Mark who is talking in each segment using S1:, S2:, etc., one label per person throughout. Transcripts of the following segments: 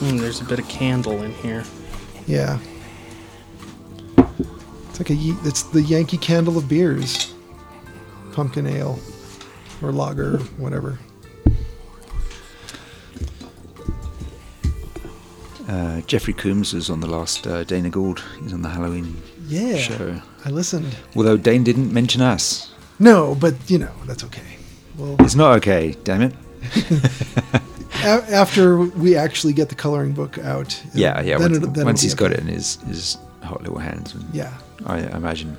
S1: Mm, there's a bit of candle in here.
S2: Yeah. It's like a Ye- it's the Yankee Candle of beers, pumpkin ale, or lager, whatever.
S3: Uh, Jeffrey Coombs was on the last uh, Dana Gould. He's on the Halloween
S2: Yeah.
S3: show.
S2: I listened.
S3: Although Dane didn't mention us.
S2: No, but you know that's okay. Well,
S3: It's not okay, damn it.
S2: a- after we actually get the coloring book out. uh,
S3: Yeah, yeah.
S2: then
S3: once
S2: it'll- then
S3: once
S2: it'll
S3: he's
S2: be
S3: got it
S2: okay.
S3: in his, his hot little hands, and
S2: Yeah.
S3: I imagine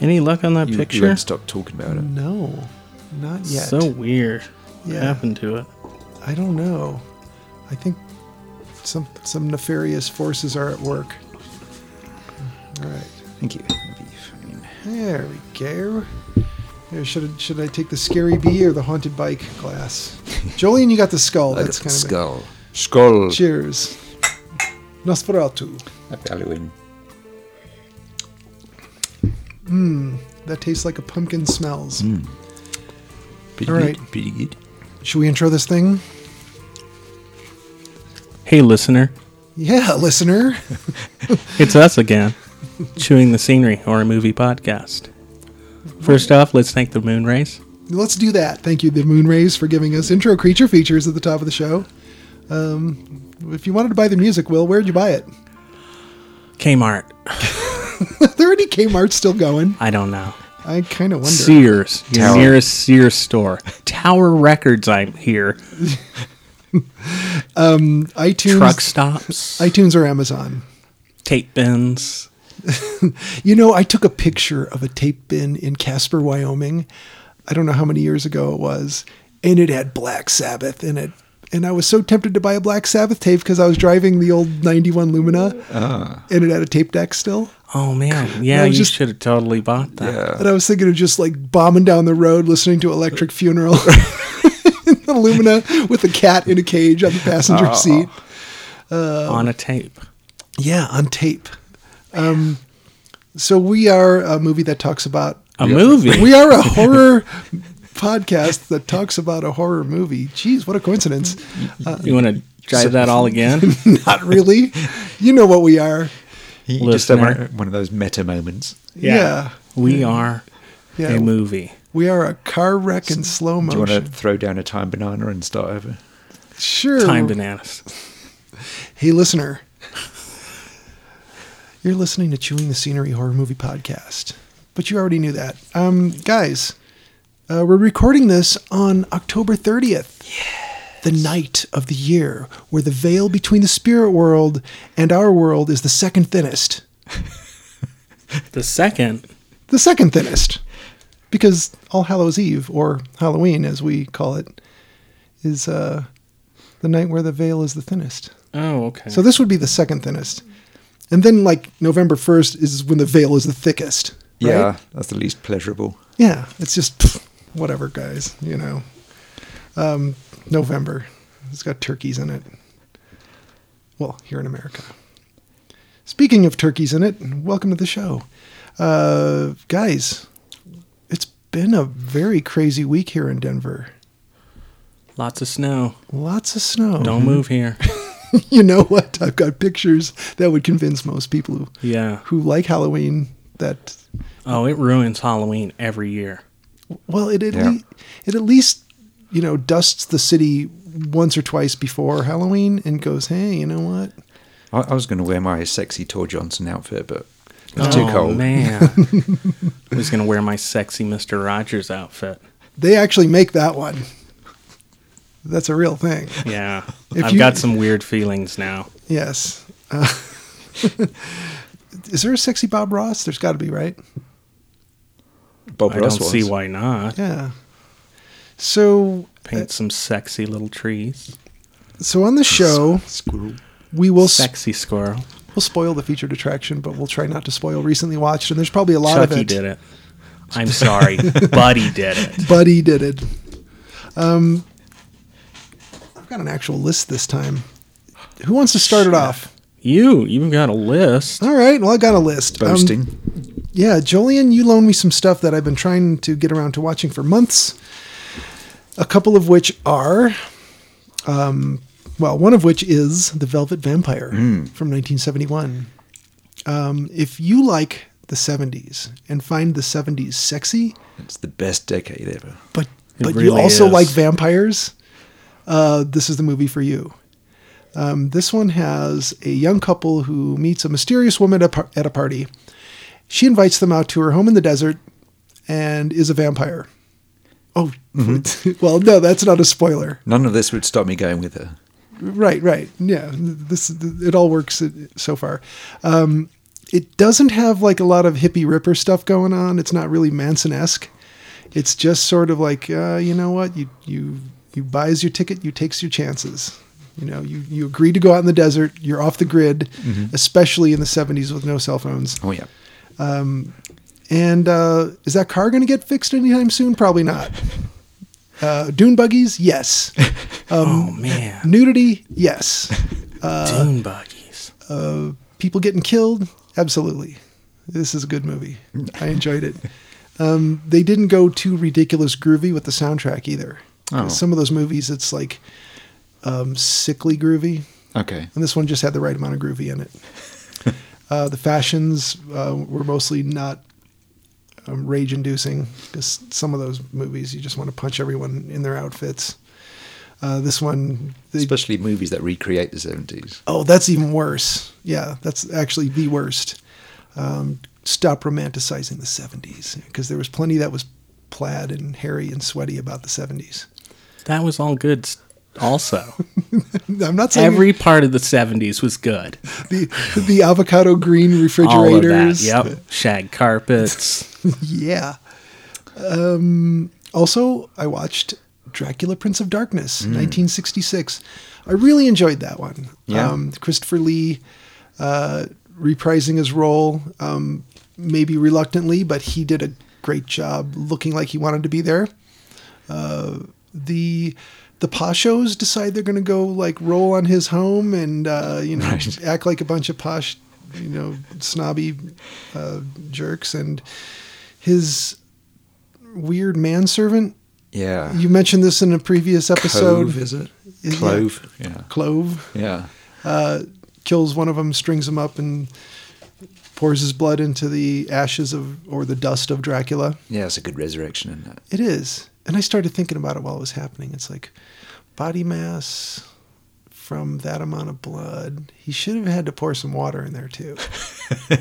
S1: Any luck on that
S3: you, you
S1: picture?
S3: won't stop talking about it.
S2: No, not yet.
S1: So weird. What
S2: Yeah.
S1: happened to it?
S2: I don't know. I think some some nefarious forces are at work. All right.
S3: Thank you. That'd be fine.
S2: There we go. There, should I, should I take the scary bee or the haunted bike glass? Jolene, you got the skull.
S3: I got
S2: That's
S3: the
S2: kind of
S3: skull. Skull.
S2: It. Cheers. Nosferatu.
S3: Happy Halloween.
S2: That tastes like a pumpkin smells.
S3: Hmm. Pretty
S2: All
S3: good.
S2: right.
S3: Pretty good.
S2: Should we intro this thing?
S1: Hey, listener.
S2: Yeah, listener.
S1: It's us again, Chewing the Scenery Horror Movie Podcast. First off, let's thank the moon rays.
S2: Let's do that. Thank you, the Moon Rays, for giving us intro creature features at the top of the show. Um, if you wanted to buy the music, Will, where'd you buy it?
S1: Kmart.
S2: Are there any Kmart still going?
S1: I don't know.
S2: I kind of wonder.
S1: Sears. Your
S3: Tower.
S1: nearest Sears store. Tower Records, I'm here.
S2: iTunes,
S1: Truck stops.
S2: iTunes or Amazon?
S1: Tape bins.
S2: You know, I took a picture of a tape bin in Casper, Wyoming. I don't know how many years ago it was, and it had Black Sabbath in it. And I was so tempted to buy a Black Sabbath tape because I was driving the old 91 Lumina and it had a tape deck still.
S1: Oh, man. Yeah,
S2: No,
S1: you
S2: just-
S1: should have totally bought that.
S3: Yeah.
S2: And I was thinking of just like bombing down the road listening to Electric Funeral in the Lumina with a cat in a cage on the passenger seat.
S1: On a tape.
S2: Yeah, on tape. Um, so we are a movie that talks about
S1: A movie.
S2: we are a horror podcast that talks about a horror movie. Jeez, what a coincidence.
S1: you want to drive that all again?
S2: Not really. You know what we are.
S3: You just have
S1: Listener.
S3: one, one of those meta moments.
S2: Yeah.
S1: We are
S2: Yeah.
S1: a movie.
S2: We are a car wreck in slow
S3: Do you want
S2: motion.
S3: to throw down a time banana and start over?
S2: Sure.
S1: Time bananas.
S2: Hey, listener. You're listening to Chewing the Scenery Horror Movie Podcast, but you already knew that. Um, guys, uh, we're recording this on October 30th, the night of the year where the veil between the spirit world and our world is the second thinnest.
S1: The second
S2: The second thinnest, because All Hallows Eve, or Halloween as we call it, is uh, the night where the veil is the thinnest.
S1: Oh, okay.
S2: So this would be the second thinnest. And then like November 1st is when the veil is the thickest. Right?
S3: Yeah, that's the least pleasurable.
S2: Yeah. It's just pfft, whatever, guys, you know. Um, November. It's got turkeys in it. Well, here in America. Speaking of turkeys in it, welcome to the show. Uh, guys, it's been a very crazy week here in Denver.
S1: lots of snow.
S2: Lots of snow.
S1: Don't move here.
S2: you know what? I've got pictures that would convince most people who
S1: Yeah.
S2: who like Halloween that
S1: Oh, it ruins Halloween every year.
S2: well it at,
S3: Yeah.
S2: le- it at least you know dusts the city once or twice before Halloween and goes hey you know what
S3: I, I was going to wear my sexy Tor Johnson outfit, but it's
S2: Oh,
S3: too cold.
S1: Oh, man. I was going to wear my sexy Mr. Rogers outfit.
S2: they actually make that one that's a real thing
S1: Yeah.
S2: If
S1: I've
S2: you-
S1: got some weird feelings now.
S2: yes uh, is there a sexy Bob Ross there's got to be right
S3: Bob
S1: I
S3: Ross
S1: don't
S3: was.
S1: see why not.
S2: yeah So,
S1: Paint some sexy little trees.
S2: so on the show,
S3: Squirrel.
S2: we will s-
S1: Sexy squirrel.
S2: we'll spoil the featured attraction, but we'll try not to spoil recently watched. And there's probably a lot of
S1: Chucky
S2: it.
S1: did it. I'm sorry. Buddy did it.
S2: Buddy did it. Um, I've got an actual list this time. Who wants to start it off?
S1: You, you've got a list.
S2: All right. Well, I got a list. Um,
S3: Boasting.
S2: yeah, Jolien, you loaned me some stuff that I've been trying to get around to watching for months. A couple of which are, um, well, one of which is The Velvet Vampire from 1971. Um, if you like the 70s and find the 70s sexy,
S3: it's the best decade ever.
S2: but
S1: It
S2: but you
S1: really
S2: also
S1: is.
S2: like vampires, uh, this is the movie for you. Um, this one has a young couple who meets a mysterious woman at a, par- at a party. She invites them out to her home in the desert and is a vampire. Oh,
S1: Mm-hmm.
S2: well, no, that's not a spoiler.
S3: None of this would stop me going with her.
S2: Right, right. Yeah, this it all works so far. Um, it doesn't have like a lot of hippie ripper stuff going on. It's not really Manson esque. It's just sort of like uh, you know what you you you buys your ticket, you takes your chances. You know, you you agree to go out in the desert. You're off the grid, especially in the '70s with no cell phones.
S3: Oh yeah.
S2: And uh, is that car going to get fixed anytime soon? Probably not. Uh, dune buggies, yes. Uh, Um,
S1: Oh man,
S2: Nudity, yes.
S1: dune buggies.
S2: people getting killed absolutely this is a good movie i enjoyed it um, they didn't go too ridiculous groovy with the soundtrack either 'Cause
S3: Oh.
S2: some of those movies it's like um, sickly groovy
S3: Okay.
S2: and this one just had the right amount of groovy in it uh, the fashions uh, were mostly not um, rage inducing because some of those movies you just want to punch everyone in their outfits uh, this one they,
S3: Especially movies that recreate the 70s.
S2: Oh, that's even worse. Yeah, that's actually the worst. Um, stop romanticizing the 70s because there was plenty that was plaid and hairy and sweaty about the 70s.
S1: That was all good. s- Also,
S2: I'm not saying
S1: every part of the '70s was good.
S2: the, the avocado green
S1: All of that.
S2: refrigerators.
S1: Yep. Shag carpets.
S2: Yeah. Um, also, I watched Dracula Prince of Darkness, 1966. I really enjoyed that one.
S3: Yeah.
S2: Um, Christopher Lee uh, reprising his role, um, maybe reluctantly, but he did a great job looking like he wanted to be there. Uh, the the pashos decide they're going to go like roll on his home and uh, you know act like a bunch of posh you know snobby uh, jerks and his weird manservant.
S3: Yeah.
S2: You mentioned this in a previous episode.
S3: Clove, is it?
S2: Yeah.
S3: Clove. Yeah.
S2: Clove
S3: Yeah.
S2: kills one of them, strings him up, and pours his blood into the ashes of or the dust of Dracula.
S3: Yeah, it's a good resurrection, isn't it?
S2: It is, and I started thinking about it while it was happening. It's like body mass from that amount of blood. He should have had to pour some water in there too.
S3: Do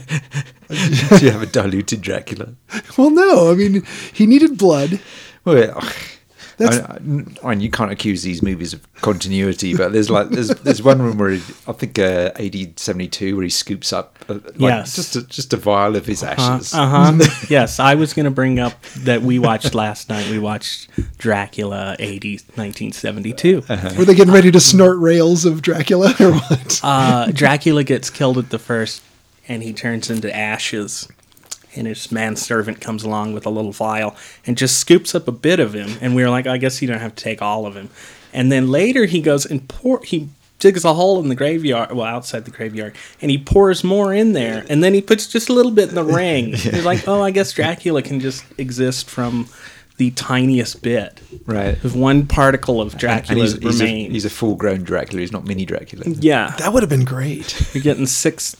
S3: you have a diluted Dracula?
S2: well, no, I mean he needed blood.
S3: Well, yeah.
S2: That's-
S3: I, I- I mean, you can't accuse these movies of continuity, but there's like there's there's one room where he, I think uh, AD seventy two where he scoops up uh, like
S1: Yes.
S3: just a, just a vial of his
S1: Uh
S3: ashes.
S1: huh. yes, I was going to bring up that we watched last night. We watched Dracula 80, 1972.
S2: Were they getting ready to snort rails of Dracula or what?
S1: uh, Dracula gets killed at the first, and he turns into ashes. And his manservant comes along with a little vial and just scoops up a bit of him. And we were like, I guess you don't have to take all of him. And then later he goes and pour. He digs a hole in the graveyard, well outside the graveyard, and he pours more in there. And then he puts just a little bit in the ring. You're like, oh, I guess Dracula can just exist from the tiniest bit.
S3: Right.
S1: If one particle of Dracula
S3: he's, he's, a,
S1: remains.
S3: he's a full grown Dracula. He's not mini Dracula.
S1: yeah.
S2: That would have been great.
S1: You're getting six,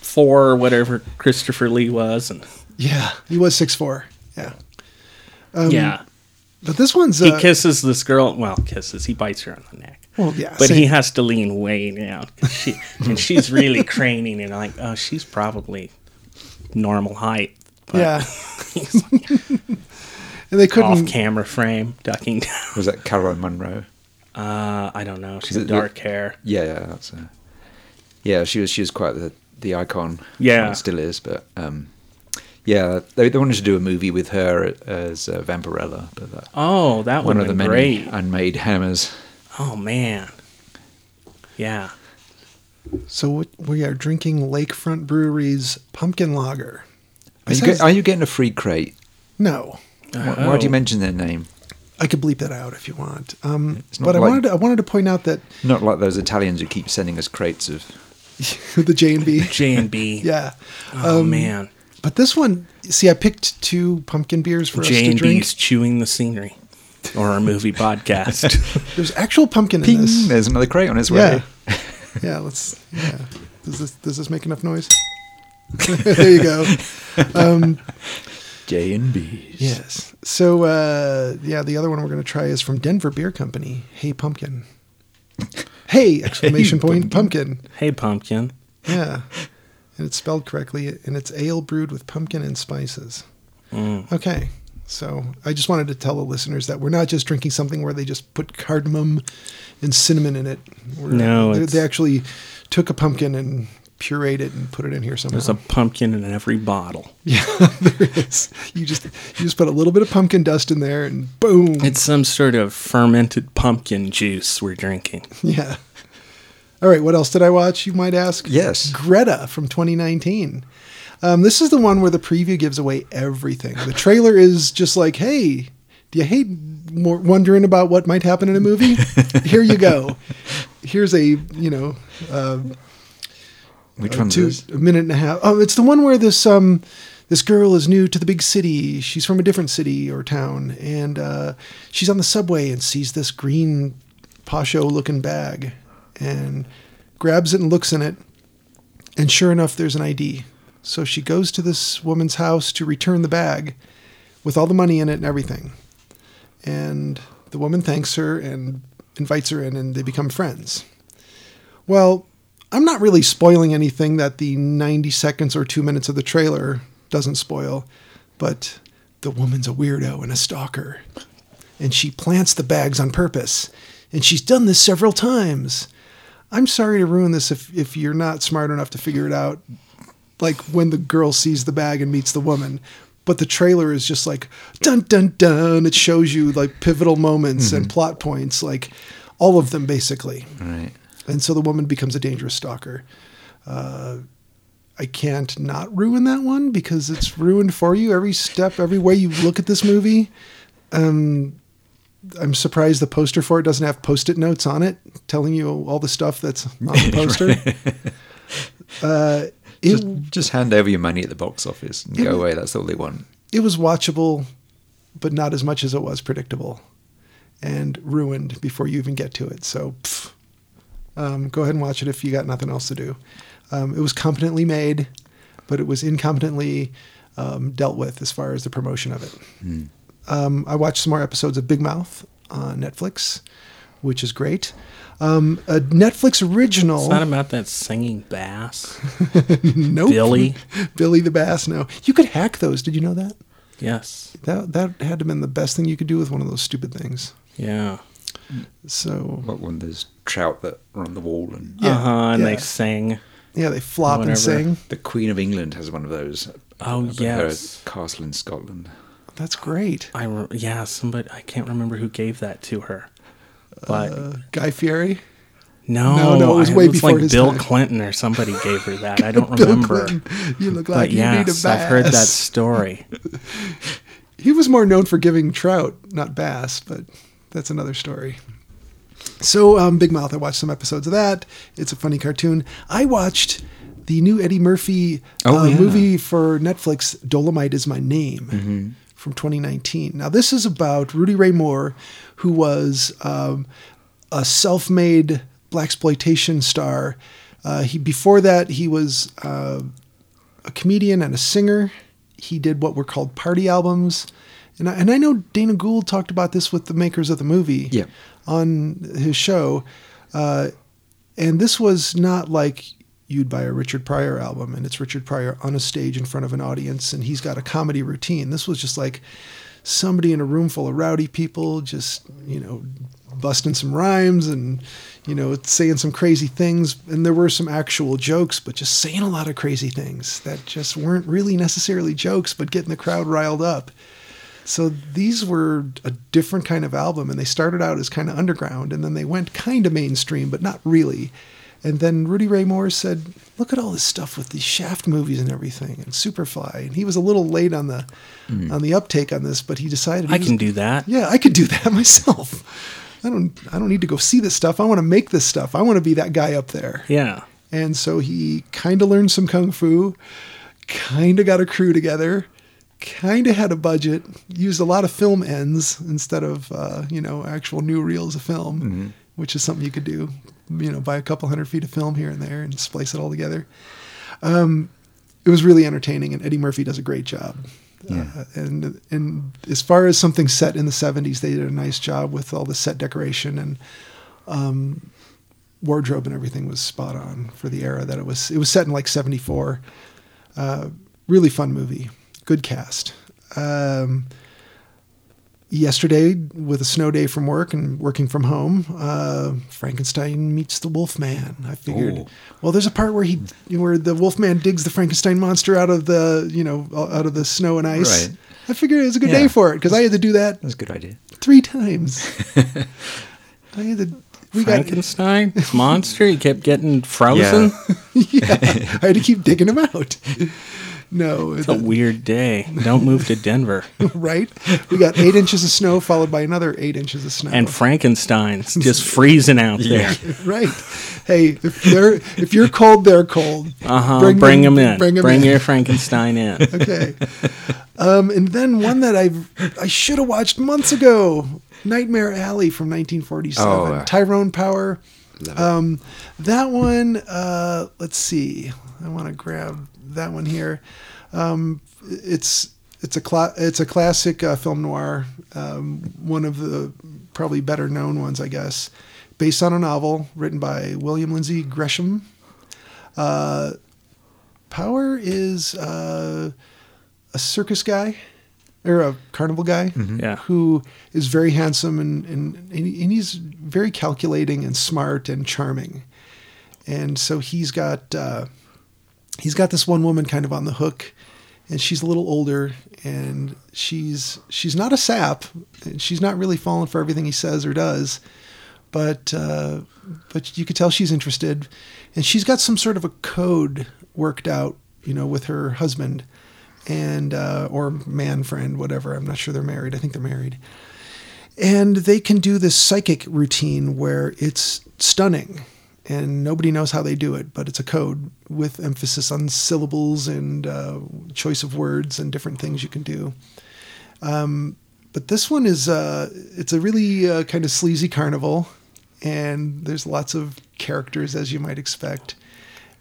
S1: four, or whatever Christopher Lee was, and
S2: Yeah, he was six four. Yeah, Um,
S1: yeah,
S2: but this one's
S1: he
S2: uh,
S1: kisses this girl. Well, kisses. He bites her on the neck.
S2: well, yeah,
S1: But
S2: same.
S1: he has to lean way down, 'cause she, and she's really craning, and like, oh, she's probably normal height. But
S2: yeah,
S1: he's like
S2: and they couldn't.
S1: off camera frame, ducking down.
S3: Was that Caroline Munro?
S1: Uh, I don't know. She's
S3: Is it-
S1: dark hair.
S3: Yeah, yeah, that's a, yeah. She was she was quite the the icon.
S1: Yeah.
S3: and still is, but um, Yeah, they, they wanted to do a movie with her as uh, Vampirella, but that,
S1: Oh, that
S3: one
S1: would
S3: of the
S1: have been
S3: many
S1: great.
S3: unmade hammers.
S1: Oh man. Yeah.
S2: So what- we are drinking Lakefront Brewery's pumpkin lager.
S3: Are you,
S2: Besides-
S3: get, are you getting a free crate?
S2: No,
S3: Why, why
S1: Oh.
S3: do you mention their name?
S2: I could bleep that out if you want. Um,
S3: It's not
S2: but I
S3: like-
S2: wanted to, I wanted to point out that
S3: Not like those Italians who keep sending us crates of.
S2: the J and B.
S1: J and B.
S2: Yeah. um,
S1: Oh man.
S2: But this one, see, I picked two pumpkin beers for us
S1: J
S2: to
S1: and
S2: drink.
S1: B's chewing the scenery. Or our movie podcast.
S2: There's actual pumpkin
S3: Ping!
S2: in this.
S3: "Hmm, There's another crate on its way.
S2: Yeah. yeah, let's. Yeah. Does this, does this make enough noise? there you go.
S3: J and B's.
S2: Yes. So, uh, yeah, the other one we're going to try is from Denver Beer Company. Hey, pumpkin. Hey, exclamation point, pumpkin.
S1: hey pumpkin.
S2: Yeah. And it's spelled correctly, and it's ale brewed with pumpkin and spices.
S1: Mm.
S2: Okay. So I just wanted to tell the listeners that we're not just drinking something where they just put cardamom and cinnamon in it. We're,
S1: No,
S2: they,
S1: it's-
S2: they actually took a pumpkin and pureed it and put it in here somewhere.
S1: There's a pumpkin in every bottle.
S2: yeah, there is. You just you just put a little bit of pumpkin dust in there, and boom.
S1: It's some sort of fermented pumpkin juice we're drinking.
S2: Yeah. All right. What else did I watch? You might ask.
S3: Yes.
S2: Greta from 2019. Um, this is the one where the preview gives away everything. The trailer is just like, "Hey, do you hate more wondering about what might happen in a movie? Here you go. Here's a you know uh,
S3: Which one's
S2: two
S3: this?
S2: a minute and a half. Oh, it's the one where this um this girl is new to the big city. She's from a different city or town, and uh, she's on the subway and sees this green pasho looking bag, and grabs it and looks in it, and sure enough, there's an ID. So she goes to this woman's house to return the bag, with all the money in it and everything, and the woman thanks her and invites her in, and they become friends. Well, I'm not really spoiling anything that the 90 seconds or two minutes of the trailer doesn't spoil, but the woman's a weirdo and a stalker. And she plants the bags on purpose. And she's done this several times. I'm sorry to ruin this if, if you're not smart enough to figure it out, like when the girl sees the bag and meets the woman. But the trailer is just like dun dun dun. It shows you like pivotal moments and plot points, like all of them basically
S3: Right.
S2: and so the woman becomes a dangerous stalker. Uh, I can't not ruin that one because it's ruined for you every step, every way you look at this movie. Um, I'm surprised the poster for it doesn't have post-it notes on it telling you all the stuff that's on the poster. uh, it
S3: Just, just hand over your money at the box office and go away. That's all they want.
S2: it was watchable, but not as much as it was predictable and ruined before you even get to it. So pff, um, go ahead and watch it if you got nothing else to do. Um, it was competently made, but it was incompetently um, dealt with as far as the promotion of it.
S1: Hmm.
S2: Um, I watched some more episodes of Big Mouth on Netflix, which is great. Um, a Netflix original.
S1: It's not about that singing bass.
S2: nope.
S1: Billy.
S2: Billy the Bass. No, you could hack those. Did you know that?
S1: Yes.
S2: That that had to have been the best thing you could do with one of those stupid things.
S1: Yeah.
S2: So
S3: What one? There's trout that are on the wall, and
S2: Yeah,
S1: uh-huh, and
S2: yeah.
S1: they sing.
S2: yeah, they flop
S1: Whatever.
S2: and sing.
S3: the Queen of England has one of those. up-
S1: Oh,
S3: up at
S1: yes.
S3: her castle in Scotland.
S2: That's great.
S1: I re- yeah, somebody I can't remember who gave that to her, but
S2: Uh, Guy Fieri.
S1: no,
S2: no, no, it was way before
S1: like
S2: his
S1: Bill
S2: time.
S1: Clinton or somebody gave her that. I don't remember,
S2: You look like
S1: but
S2: you need a
S1: yes,
S2: bass.
S1: I've heard that story.
S2: He was more known for giving trout, not bass, but that's another story. So um, Big Mouth, I watched some episodes of that. It's a funny cartoon. I watched the new Eddie Murphy
S3: Oh,
S2: uh,
S3: yeah.
S2: movie for Netflix, Dolomite is My Name,
S3: Mm-hmm.
S2: from 2019. Now this is about Rudy Ray Moore, who was um, a self-made black exploitation star. Uh, he before that he was uh, a comedian and a singer. He did what were called party albums. And I, and I know Dana Gould talked about this with the makers of the movie
S3: Yeah.
S2: on his show. Uh, and this was not like you'd buy a Richard Pryor album and it's Richard Pryor on a stage in front of an audience and he's got a comedy routine. This was just like somebody in a room full of rowdy people just, you know, busting some rhymes and you know saying some crazy things. And there were some actual jokes, but just saying a lot of crazy things that just weren't really necessarily jokes, but getting the crowd riled up. So these were a different kind of album, and they started out as kind of underground, and then they went kind of mainstream, but not really. And then Rudy Ray Moore said, "Look at all this stuff with these Shaft movies and everything, and Superfly." And he was a little late on the on the uptake on this, but he decided he
S1: Mm. I
S2: was-
S1: can do that.
S2: yeah, I could do that myself. I don't I don't need to go see this stuff. I want to make this stuff. I want to be that guy up there.
S1: Yeah.
S2: And so he kind of learned some kung fu, kind of got a crew together, kind of had a budget, used a lot of film ends instead of, uh, you know, actual new reels of film, which is something you could do, you know, buy a couple hundred feet of film here and there and splice it all together. Um, it was really entertaining, and Eddie Murphy does a great job. Uh, and and as far as something set in the 70s, they did a nice job with all the set decoration and wardrobe and everything was spot on for the era that it was. It was set in like '74. Uh, really fun movie, good cast. Um, yesterday, with a snow day from work and working from home, uh, Frankenstein meets the Wolfman. I figured,
S3: Ooh.
S2: well, there's a part where he, where the Wolfman digs the Frankenstein monster out of the, you know, out of the snow and ice.
S3: Right.
S2: I figured it was a good
S3: Yeah.
S2: day for it because I had to do that
S3: That's a good idea.
S2: three times. I had to. We got
S1: Frankenstein monster. He kept getting frozen.
S2: yeah, I had to keep digging them out. No,
S1: It's a weird day. Don't move to Denver.
S2: right? We got eight inches of snow followed by another eight inches of snow.
S1: And Frankenstein's just freezing out there.
S2: right, hey, if they're if you're cold, they're cold.
S1: Uh huh. Bring, them in. Bring,
S2: 'em
S1: your Frankenstein in.
S2: okay. Um, and then one that I I should have watched months ago, Nightmare Alley from 1947,
S3: Oh, uh,
S2: Tyrone Power. Um, that one. Uh, let's see. I want to grab that one here. Um, it's it's a cla- it's a classic uh, film noir. Um, one of the probably better known ones, I guess. Based on a novel written by William Lindsay Gresham. Power is uh, a circus guy or a carnival guy
S1: Yeah.
S2: who is very handsome and, and, and he- and he's very calculating and smart and charming. And so he's got uh, he's got this one woman kind of on the hook and she's a little older and she's she's not a sap. and She's not really falling for everything he says or does but uh, but you could tell she's interested, and she's got some sort of a code worked out, you know, with her husband, and uh, or man friend, whatever. I'm not sure they're married. I think they're married, and they can do this psychic routine where it's stunning, and nobody knows how they do it, but it's a code with emphasis on syllables and uh, choice of words and different things you can do but this one is uh, it's a really uh, kind of sleazy carnival, and there's lots of characters as you might expect.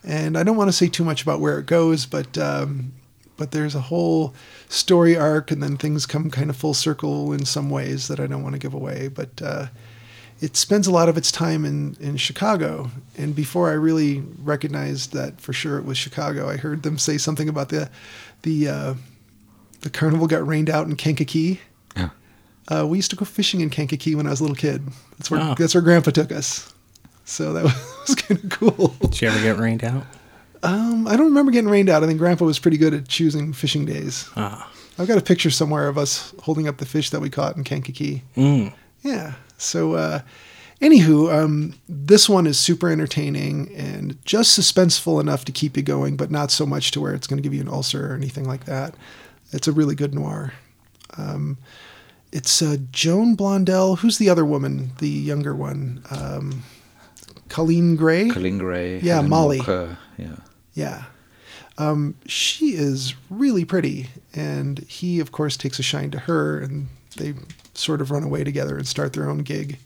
S2: And I don't want to say too much about where it goes, but um, but there's a whole story arc, and then things come kind of full circle in some ways that I don't want to give away. But uh, it spends a lot of its time in in Chicago, and before I really recognized that for sure it was Chicago, I heard them say something about the the uh, the carnival got rained out in Kankakee. Uh, we used to go fishing in Kankakee when I was a little kid. That's where
S1: Oh.
S2: that's where Grandpa took us. So that was kind of cool.
S1: Did you ever get rained out?
S2: Um, I don't remember getting rained out. I think Grandpa was pretty good at choosing fishing days.
S1: Ah.
S2: I've got a picture somewhere of us holding up the fish that we caught in Kankakee. Yeah. So, uh, anywho, um, this one is super entertaining and just suspenseful enough to keep you going, but not so much to where it's going to give you an ulcer or anything like that. It's a really good noir. Um, it's uh, Joan Blondell. Who's the other woman? The younger one, um, Colleen Gray.
S3: Colin Gray.
S2: Yeah,
S3: Helen
S2: Molly.
S3: Walker, Yeah.
S2: Yeah. Um, she is really pretty, and he, of course, takes a shine to her, and they sort of run away together and start their own gig.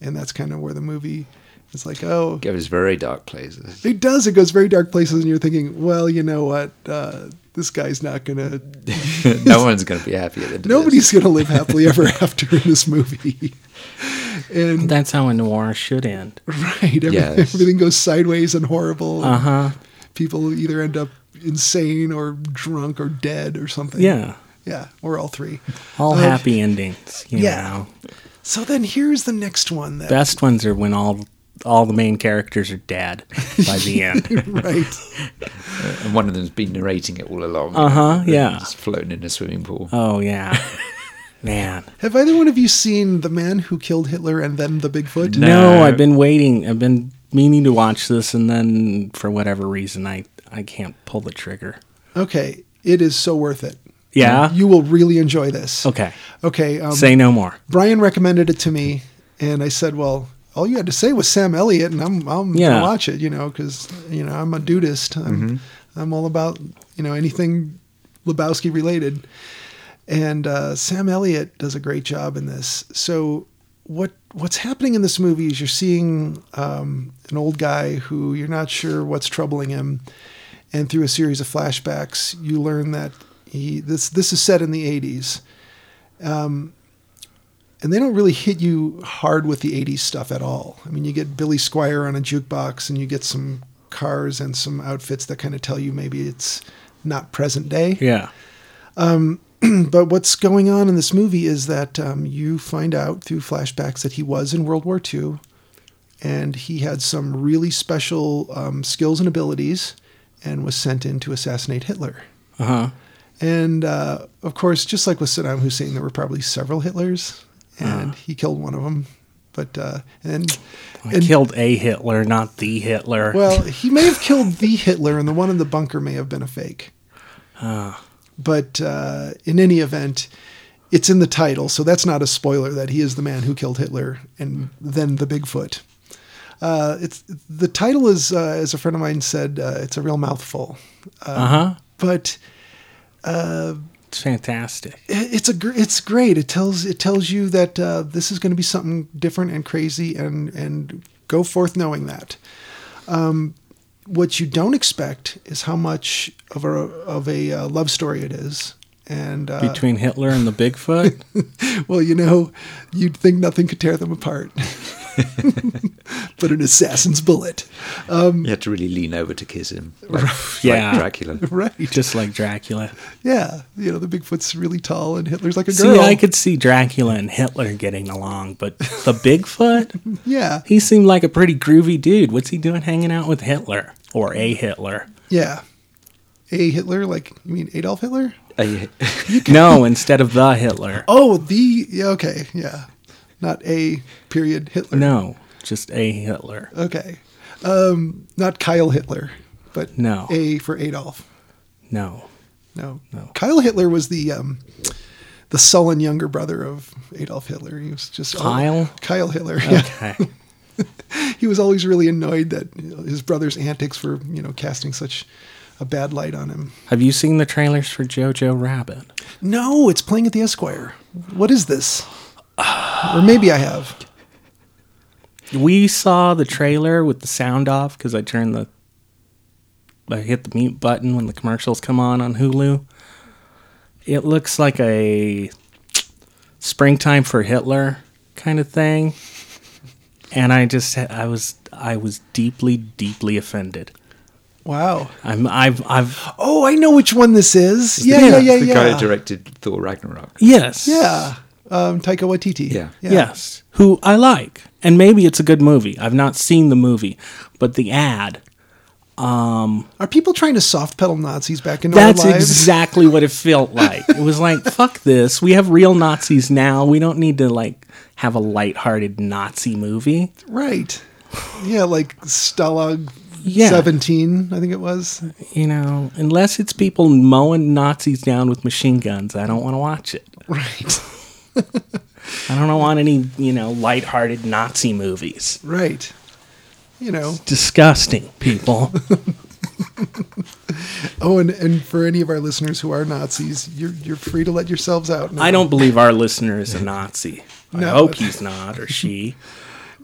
S2: And that's kind of where the movie is like, oh,
S3: It was very dark places.
S2: it does. It goes very dark places, and you're thinking, well, you know what? Uh, this guy's not going to,
S3: no one's going to be happy at the end of
S2: nobody's going to live happily ever after in this movie. and,
S1: That's how a noir should end.
S2: right, every,
S3: Yes.
S2: everything goes sideways and horrible.
S1: Uh huh.
S2: People either end up insane or drunk or dead or something.
S1: Yeah.
S2: Yeah, or all three.
S1: All
S2: Um,
S1: happy endings. You
S2: yeah.
S1: Know?
S2: So then here's the next one that
S1: Best ones are when all all the main characters are dead by the end.
S2: right.
S3: And one of them's been narrating it all along. you know,
S1: Uh-huh, yeah.
S3: Just floating in a swimming pool.
S1: Oh yeah, man.
S2: Have either one of you seen The Man Who Killed Hitler and then The Bigfoot?
S1: No, I've been waiting. I've been meaning to watch this, and then for whatever reason, I I can't pull the trigger.
S2: Okay, it is so worth it.
S1: Yeah.
S2: You will really enjoy this.
S1: Okay.
S2: Okay. Um,
S1: Say no more.
S2: Brian recommended it to me, and I said, "Well, all you had to say was Sam Elliott, and I'm I'm
S1: Yeah. Mm-hmm.
S2: gonna watch it, you know, because you know I'm a dudist. I'm I'm all about you know anything Lebowski related." And uh, Sam Elliott does a great job in this. So what what's happening in this movie is you're seeing um, an old guy who you're not sure what's troubling him, and through a series of flashbacks, you learn that he this this is set in the 80s and they don't really hit you hard with the 80s stuff at all. I mean, you get Billy Squire on a jukebox and you get some cars and some outfits that kind of tell you maybe it's not present day.
S1: Yeah.
S2: But what's going on in this movie is that um, you find out through flashbacks that he was in World War II and he had some really special um, skills and abilities and was sent in to assassinate Hitler.
S1: Uh huh.
S2: And uh, of course, just like with Saddam Hussein, there were probably several Hitlers, and he killed one of them. But uh, and
S1: I
S2: and
S1: killed a Hitler, not the Hitler.
S2: well, he may have killed the Hitler, and the one in the bunker may have been a fake. But uh, in any event, it's in the title, so that's not a spoiler that he is the man who killed Hitler and then the Bigfoot. Uh, it's the title is, uh, as a friend of mine said, uh, it's a real mouthful.
S1: uh huh.
S2: But
S1: It's fantastic.
S2: it- it's a gr- it's great. It tells it tells you that uh, this is going to be something different and crazy, and and go forth knowing that. Um, what you don't expect is how much of a of a uh, love story it is, and uh,
S1: Between Hitler and the Bigfoot.
S2: well, you know, you'd think nothing could tear them apart, but an assassin's bullet,
S3: You had to really lean over to kiss him. Like,
S1: Yeah.
S3: like Dracula.
S2: right?
S1: just like Dracula.
S2: Yeah, you know, the Bigfoot's really tall, and Hitler's like a girl.
S1: See, I could see Dracula and Hitler getting along, but the Bigfoot,
S2: yeah,
S1: he seemed like a pretty groovy dude. What's he doing hanging out with Hitler or a Hitler?
S2: yeah. A Hitler, like you mean Adolf Hitler?
S3: Uh,
S1: No, instead of the Hitler.
S2: Oh, the yeah, okay, yeah, not a period Hitler.
S1: No, just a Hitler.
S2: Okay, um, not Kyle Hitler, but
S1: No.
S2: a for Adolf.
S1: No.
S2: No,
S1: No.
S2: Kyle Hitler was the um, the sullen younger brother of Adolf Hitler. He was just
S1: Kyle?
S2: Kyle Hitler.
S1: Okay.
S2: Yeah, he was always really annoyed that his brother's antics were you know casting such a bad light on him.
S1: Have you seen the trailers for Jojo Rabbit?
S2: No, it's playing at the Esquire. What is this? or maybe I have.
S1: We saw the trailer with the sound off because I turned the. I hit the mute button when the commercials come on on Hulu. It looks like a springtime for Hitler kind of thing. And I just I was I was deeply deeply offended.
S2: Wow.
S1: I'm I've I've
S2: Oh, I know which one this is. yeah,
S3: the,
S2: yeah, yeah,
S3: The
S2: yeah.
S3: guy who directed Thor Ragnarok.
S1: yes.
S2: yeah. Um, Taika Waititi.
S3: Yeah.
S1: Yes. Who I like. And maybe it's a good movie. I've not seen the movie, but the ad
S2: Are people trying to soft pedal Nazis back into
S1: That's
S2: our lives?
S1: exactly what it felt like. It was like, fuck this. We have real Nazis now. We don't need to like have a lighthearted Nazi movie.
S2: right. Yeah, like Stalag
S1: Yeah.
S2: 17, I think it was.
S1: You know, unless it's people mowing Nazis down with machine guns, I don't want to watch it.
S2: Right.
S1: I don't want any, you know, lighthearted Nazi movies.
S2: Right. You know,
S1: Disgusting, people.
S2: oh, and, and for any of our listeners who are Nazis, you're, you're free to let yourselves out. now.
S1: I don't believe our listener is a Nazi. I
S2: No.
S1: hope he's not or she.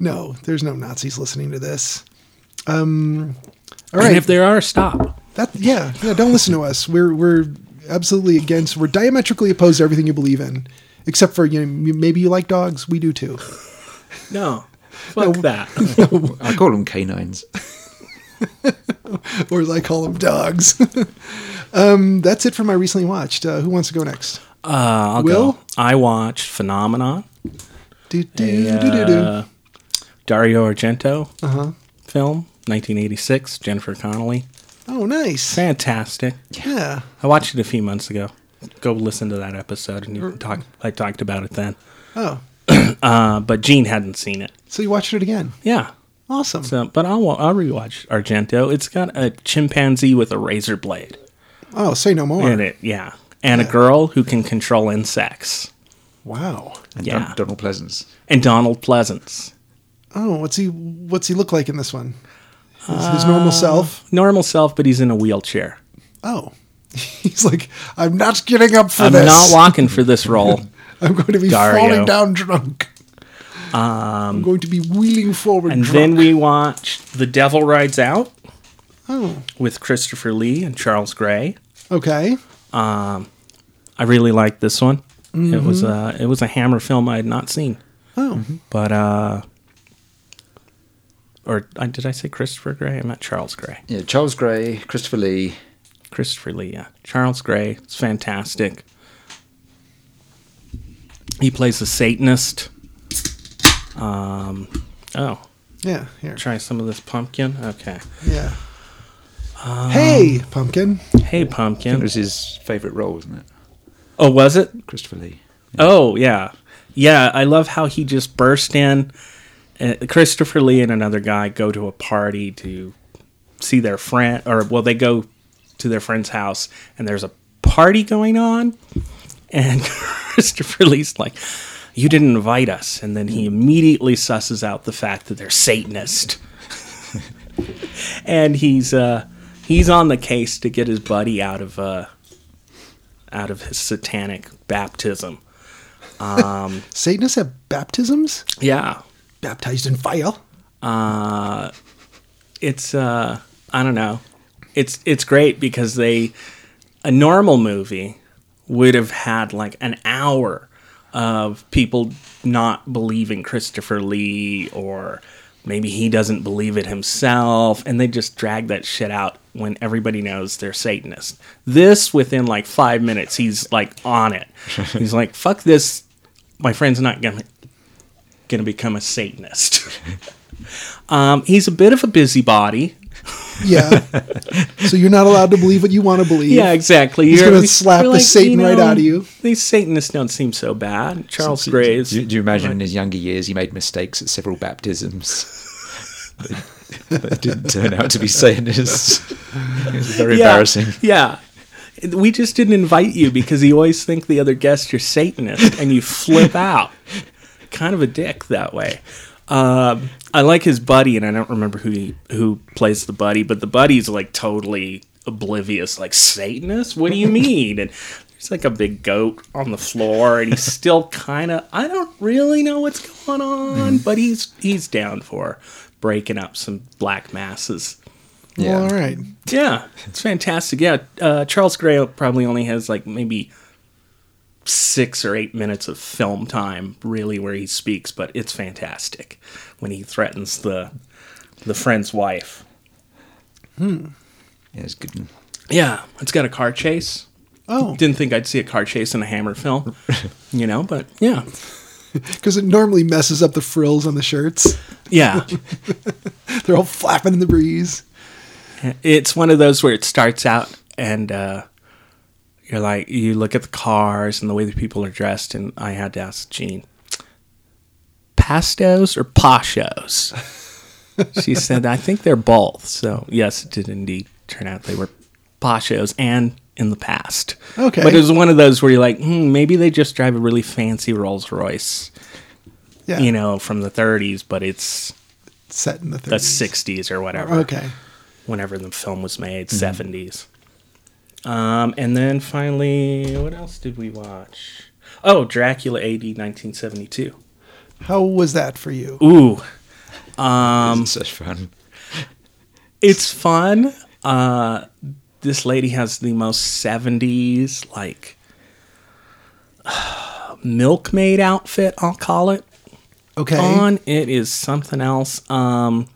S2: No, there's no Nazis listening to this. Um, all
S1: And
S2: right.
S1: if there are, stop.
S2: That yeah, yeah. Don't listen to us. We're we're absolutely against. We're diametrically opposed to everything you believe in, except for you know maybe you like dogs. We do too.
S1: No. Fuck that.
S3: I call them canines.
S2: or as I call them, dogs. um, that's it for my recently watched. Uh, who wants to go next?
S1: Uh, I'll
S2: Will?
S1: go. I watched Phenomenon.
S2: Do, do,
S1: a,
S2: do, do, do.
S1: uh, Dario Argento
S2: Uh-huh.
S1: film, 1986, Jennifer Connelly.
S2: Oh, nice.
S1: Fantastic.
S2: Yeah.
S1: I watched it a few months ago. Go listen to that episode, and you can talk. I talked about it then,
S2: Oh,
S1: uh, but Gene hadn't seen it.
S2: so you watched it again.
S1: Yeah.
S2: Awesome.
S1: So, but I'll wa- I'll rewatch Argento. It's got a chimpanzee with a razor blade
S2: oh, say no more.
S1: in it. Yeah, and a girl who can control insects.
S2: Wow.
S3: And
S1: Yeah.
S3: Don- Donald Pleasance.
S1: And Donald Pleasance,
S2: Oh, what's he? What's he look like in this one? His, his
S1: Uh,
S2: normal self.
S1: normal self, but he's in a wheelchair.
S2: Oh, he's like, I'm not getting up for
S1: I'm
S2: this.
S1: not walking for this role.
S2: I'm going to be
S1: Dario.
S2: falling down drunk. Um, I'm going to be wheeling forward.
S1: And
S2: drunk.
S1: then we watched The Devil Rides Out
S2: Oh,
S1: with Christopher Lee and Charles Gray.
S2: okay.
S1: I really liked this one. It was a
S2: Mm-hmm.
S1: it was a Hammer film I had not seen,
S2: Oh,
S1: but uh, or uh, did I say Christopher Gray? I meant Charles Gray.
S3: Yeah, Charles Gray, Christopher Lee.
S1: Christopher Lee, yeah. Charles Gray. It's fantastic. He plays a Satanist. Um, oh,
S2: yeah. Here.
S1: try some of this pumpkin. Okay.
S2: Yeah.
S1: Um,
S2: hey, pumpkin.
S1: Hey,
S3: It
S1: pumpkin.
S3: was his favourite role, wasn't it?
S1: Oh, was it?
S3: Christopher Lee.
S1: Oh, yeah. Yeah, I love how he just burst in. Uh, Christopher Lee and another guy go to a party to see their friend, or, well, they go to their friend's house, and there's a party going on. And Christopher Lee's like, You didn't invite us. And then he immediately susses out the fact that they're Satanist. and he's, uh, he's on the case to get his buddy out of, uh, out of his satanic baptism.
S2: Satanists have baptisms.
S1: Yeah.
S2: Baptized in fire.
S1: It's uh I don't know. It's it's great because they a normal movie would have had like an hour of people not believing Christopher Lee or maybe he doesn't believe it himself and they just drag that shit out when everybody knows they're satanist. This within like 5 minutes he's like on it. He's like fuck this my friend's not going to going to become a satanist. Um, he's a bit of a busybody.
S2: Yeah. so you're not allowed to believe what you want to believe.
S1: Yeah, exactly. He's
S2: gonna slap the Satan right out of you.
S1: These Satanists don't seem so bad. Charles
S3: Do-
S1: Graves.
S3: Do, do you imagine in his younger years he made mistakes at several baptisms? that didn't turn out to be Satanists. it was very
S1: yeah,
S3: embarrassing.
S1: Yeah. We just didn't invite you because you always think the other guests are Satanists and you flip out. Kind of a dick that way. Um, I like his buddy, and I don't remember who he, who plays the buddy, but the buddy's like totally oblivious, like Satanist. What do you mean? And there's like a big goat on the floor, and he's still kind of I don't really know what's going on, but he's he's down for breaking up some black masses.
S3: Yeah.
S2: Well, all right.
S1: Yeah, it's fantastic. Yeah, uh, Charles Gray probably only has like maybe six or eight minutes of film time, really, where he speaks, but it's fantastic when he threatens the the friend's wife.
S3: Yeah, it's good.
S1: Yeah, it's got a car chase.
S2: Oh,
S1: Didn't think I'd see a car chase in a Hammer film, you know, but yeah,
S2: because it normally messes up the frills on the shirts.
S1: yeah.
S2: They're all flapping in the breeze.
S1: It's one of those where it starts out and uh, you're like, you look at the cars and the way the people are dressed, and I had to ask Jean, pastos or pashos? she said, I think they're both. So, yes, it did indeed turn out they were pashos and in the past.
S2: Okay.
S1: But it was one of those where you're like, hmm, maybe they just drive a really fancy Rolls Royce,
S2: Yeah.
S1: you know, from the 30s, but it's
S2: set in the 30s.
S1: the 60s or whatever
S2: Okay.
S1: whenever the film was made, 70s. Um, and then finally, what else did we watch? Oh, Dracula AD 1972.
S2: How was that for you?
S1: Ooh,
S3: Um, such fun.
S1: it's fun. Uh, this lady has the most 70s, like, milkmaid outfit, I'll call it.
S2: Okay.
S1: on. It is something else. Um,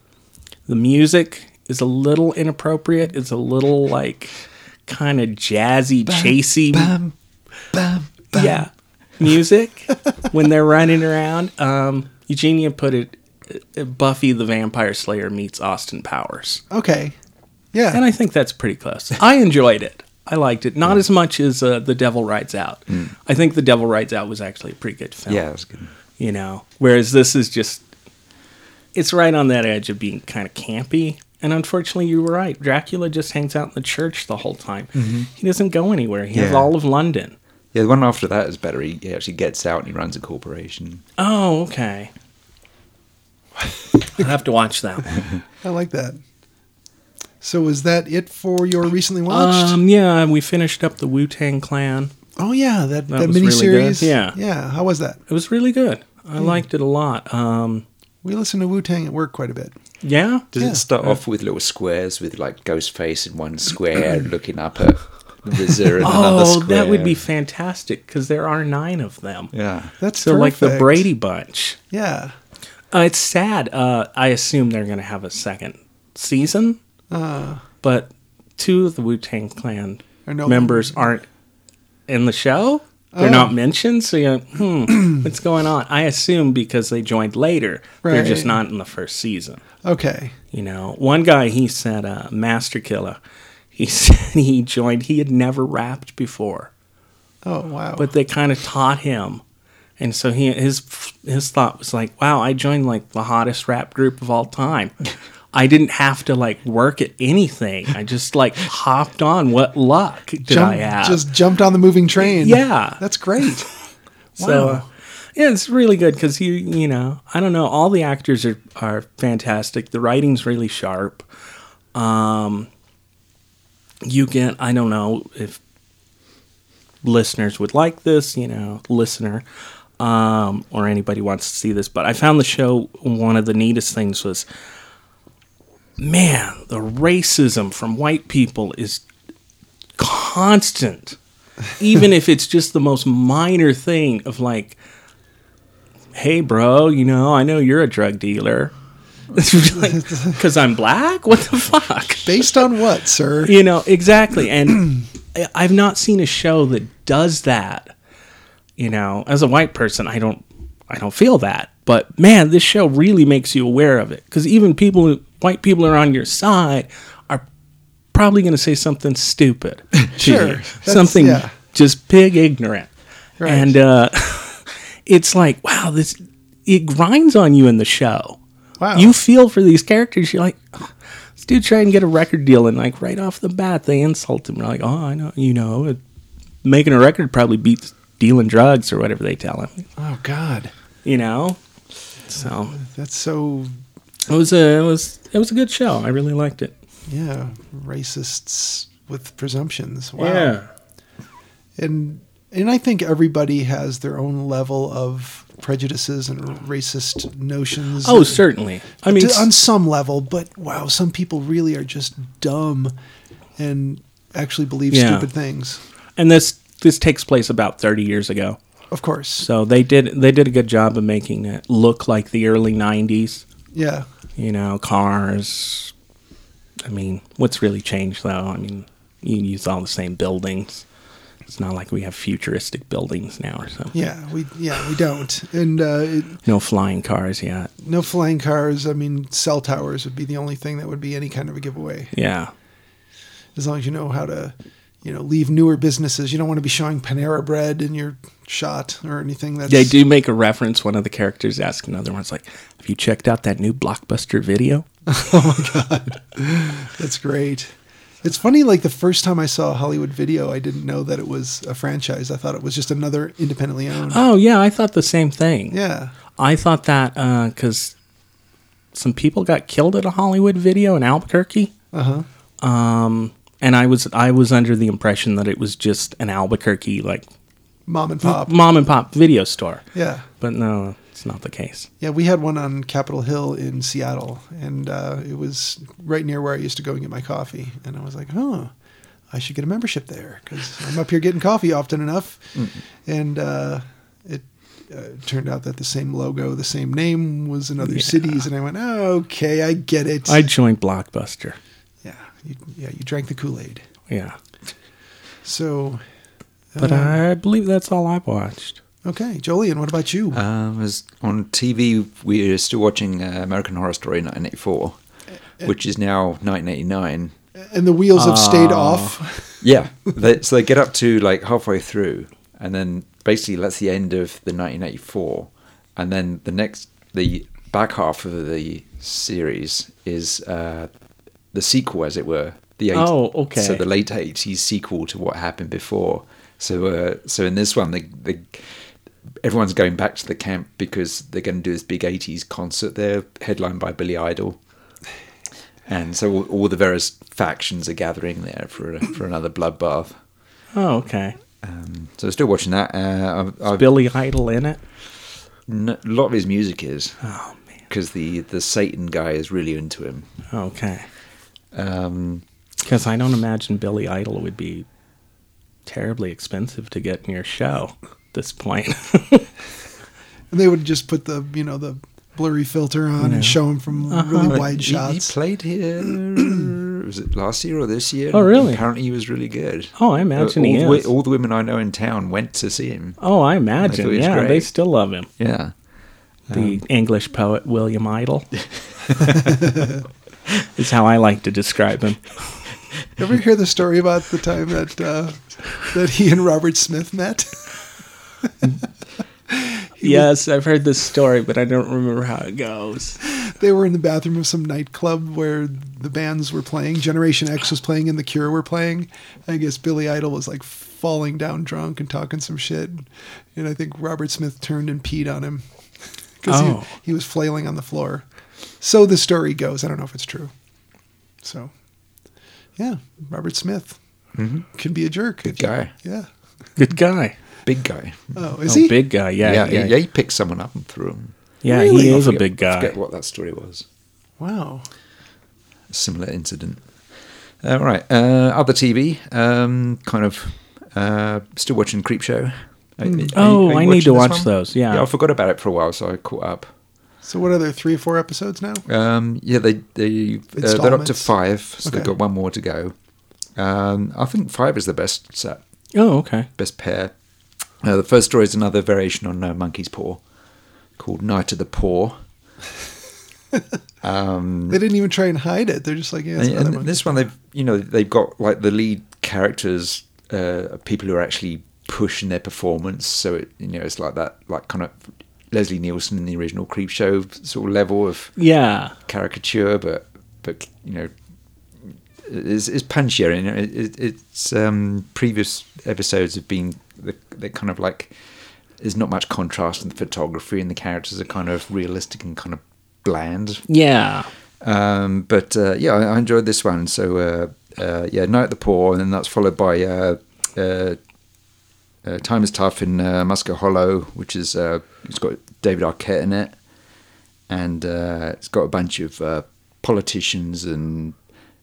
S1: the music is a little inappropriate. It's a little like kind of jazzy, chasey.
S3: Bam, bam, bam.
S1: yeah, music when they're running around. Um, Eugenia put it uh, Buffy the Vampire Slayer meets Austin Powers.
S2: Okay. Yeah.
S1: And I think that's pretty close. I enjoyed it. I liked it. Not as much as uh, The Devil Rides Out. I think The Devil Rides Out was actually a pretty good film.
S3: Mm. Yeah, it was good.
S1: You know, whereas this is just, it's right on that edge of being kind of campy. And unfortunately, you were right. Dracula just hangs out in the church the whole time. He doesn't go anywhere. He has
S3: Mm-hmm. Yeah.
S1: all of London.
S3: Yeah, the one after that is better. He, he actually gets out and he runs a corporation.
S1: Oh, okay. I'll have to watch that one.
S2: I like that. So was that it for your recently watched?
S1: Um, yeah, and we finished up the Wu Tang Clan.
S2: oh yeah, that that,
S1: that was really
S2: miniseries.
S1: good. Yeah.
S2: yeah. How was that?
S1: It was really good. I
S2: Hmm.
S1: liked it a lot. Um,
S2: We listen to Wu Tang at work quite a bit.
S1: yeah.
S3: Does
S2: Yeah.
S3: it start off with little squares with like Ghostface in one square looking up at the Wizard in another
S1: Oh,
S3: square?
S1: that would be fantastic because there are nine of them.
S3: Yeah.
S2: That's
S1: So, like the
S2: perfect.
S1: Brady Bunch.
S2: Yeah.
S1: Uh, it's sad. Uh, I assume they're going to have a second season, but two of the Wu Tang Clan
S2: Uh. Are no Oh.
S1: members aren't in the show. They're not mentioned. So, you're, like, hmm, what's going on? I assume because they joined later, they're just
S2: Right.
S1: not in the first season.
S2: Okay.
S1: You know, one guy he said, uh, Master Killer. He said he joined. He had never rapped before,
S2: Oh wow.
S1: but they kind of taught him, and so he his his thought was like, "Wow, I joined like the hottest rap group of all time. I didn't have to like work at anything. I just like hopped on. What luck did
S2: Jump-
S1: I have?
S2: just jumped on the moving train.
S1: Yeah.
S2: That's great.
S1: So uh,
S2: Wow.
S1: yeah, it's really good because you you know I don't know all the actors are are fantastic. The writing's really sharp. Um, you get I don't know if listeners would like this, you know, listener um, or anybody wants to see this, but I found the show one of the neatest things was man the racism from white people is constant even if it's just the most minor thing of like hey bro you know i know you're a drug dealer because i'm black what the fuck
S2: Based on what, sir?
S1: you know exactly and I- i've not seen a show that does that you know as a white person i don't i don't feel that but man this show really makes you aware of it because even people who- white people who are on your side are probably going to say something stupid to
S2: Sure.
S1: you.
S2: That's-
S1: something
S2: yeah.
S1: just pig ignorant
S2: Right.
S1: and uh, it's like wow this it grinds on you in the show
S2: Wow.
S1: you feel for these characters. You're like, oh, this dude try and get a record deal, and like right off the bat, they insult him. They're like, oh, I know, you know, it, making a record probably beats dealing drugs or whatever they tell him.
S2: Oh God.
S1: You know, so
S2: That's so
S1: it was a it was it was a good show. I really liked it.
S2: yeah, racists with presumptions. Wow. and and I think everybody has their own level of prejudices and racist notions.
S1: Oh, certainly. I mean,
S2: To- on some level, but wow, some people really are just dumb and actually believe
S1: Yeah.
S2: stupid things.
S1: and this this takes place about 30 years ago.
S2: Of course,
S1: So they did they did a good job of making it look like the early 90s.
S2: yeah,
S1: you know, cars. I mean, what's really changed though? I mean, you use all the same buildings. It's not like we have futuristic buildings now or something.
S2: yeah, we yeah we don't, and uh, it,
S1: No flying cars yet.
S2: no flying cars. I mean, cell towers would be the only thing that would be any kind of a giveaway.
S1: Yeah.
S2: As long as you know how to, you know, leave newer businesses. You don't want to be showing Panera bread in your shot or anything. That's
S1: They do make a reference. One of the characters asks another one's like, Have you checked out that new blockbuster video?
S2: That's great. It's funny, like the first time I saw Hollywood Video, I didn't know that it was a franchise. I thought it was just another independently owned.
S1: Oh, yeah. I thought the same thing.
S2: yeah.
S1: I thought that because some people got killed at a Hollywood video in Albuquerque.
S2: Uh huh.
S1: Um, and I was I was under the impression that it was just an Albuquerque like
S2: Mom and pop.
S1: mom and pop video store.
S2: Yeah.
S1: But no, it's not the case.
S2: Yeah. We had one on Capitol Hill in Seattle, and uh, it was right near where I used to go and get my coffee. And I was like, oh, I should get a membership there because I'm up here getting coffee often enough.
S1: Mm-hmm.
S2: And uh, it uh, turned out that the same logo, the same name was in other cities. And I went, oh, okay, I get it.
S1: I joined Blockbuster.
S2: yeah. You, yeah. You drank the Kool Aid.
S1: Yeah.
S2: So,
S1: But I believe that's all I've watched.
S2: Okay, Jolien, what about you?
S3: Um, as on TV, we're still watching uh, American Horror Story 1984, which is now 1989.
S2: and the wheels have stayed off.
S3: Yeah, they, so they get up to like halfway through, and then basically that's the end of the 1984, and then the next the back half of the series is uh, the sequel, as it were. The eight,
S1: Oh, okay.
S3: So the late 80s sequel to what happened before. So, uh, so in this one, they, they everyone's going back to the camp because they're going to do this big 80s concert there, headlined by Billy Idol. And so all, all the various factions are gathering there for for another bloodbath.
S1: Oh, okay.
S3: Um, so I'm still watching that. Uh, I've, I've,
S1: Billy Idol in it.
S3: n- a lot of his music is
S1: Oh man.
S3: because the, the Satan guy is really into him.
S1: Okay.
S3: Um,
S1: Because I don't imagine Billy Idol would be terribly expensive to get in your show at this point.
S2: And they would just put the you know the blurry filter on and show them from really wide
S3: he, he
S2: shots.
S3: played here. was it last year or this year?
S1: Oh, really?
S3: Apparently, he was really good. Uh,
S1: oh, I imagine
S3: all,
S1: he
S3: the, wi-
S1: is.
S3: all the women I know in town went to see him.
S1: Oh, I
S3: I thought
S1: imagine.
S3: he was
S1: Yeah, they
S3: great.
S1: still love him.
S3: Yeah.
S1: The English poet William Idol is how I like to describe him.
S2: Ever hear the story about the time that uh, that he and Robert Smith met?
S1: yes, I've heard this story, but I don't remember how it goes.
S2: they were in the bathroom of some nightclub where the bands were playing. Generation X was playing and The Cure were playing. I guess Billy Idol was like falling down drunk and talking some shit. And I think Robert Smith turned and peed on him because
S1: Oh.
S2: he, he was flailing on the floor. So the story goes. I don't know if it's true. So, yeah, Robert Smith can be a jerk.
S3: Good guy.
S2: Yeah.
S1: Good guy.
S3: Big guy.
S2: Oh, is
S1: oh,
S2: he?
S1: big guy. Yeah,
S3: yeah,
S1: yeah,
S3: he, yeah, he picked someone up and threw him.
S1: Yeah,
S2: Really?
S1: he is
S3: I
S1: a
S3: forget-
S1: big guy.
S3: forget what that story was.
S2: Wow.
S3: A similar incident. All right. Uh, other TV. Um, kind of uh, still watching Creepshow. Are- are you-
S1: Oh,
S3: are you
S1: I need to
S3: watching
S1: watch
S3: this one?
S1: those, yeah.
S3: yeah, I forgot about it for a while, so I caught up.
S2: So, what are there, three or four episodes now?
S3: Um, yeah, they they uh, they're up to
S2: Installments?
S3: five, so they've
S2: Okay.
S3: got one more to go. Um, I think five is the best set,
S1: Oh, okay.
S3: best pair. Uh, the first story is another variation on uh, Monkey's Paw, called Night of the Paw.
S2: They didn't even try and hide it. They're just like, yeah, it's
S3: And,
S2: another
S3: and
S2: one.
S3: this one, they've you know they've got like the lead characters, uh, are people who are actually pushing their performance. So it you know it's like that like kind of Leslie Nielsen in the original Creep Show sort of level of
S1: Yeah.
S3: caricature, but but you know, it's, it's punchier. You know, it, it, it's um, previous episodes have been the, the kind of like there's not much contrast in the photography, and the characters are kind of realistic and kind of bland.
S1: Yeah.
S3: Um, but uh, yeah, I, I enjoyed this one. So uh, uh, yeah, Night at the Poor, and then that's followed by. Uh, uh, uh, Time is Tough in uh, Musco Hollow, which is uh, it's got David Arquette in it, and uh, it's got a bunch of uh, politicians and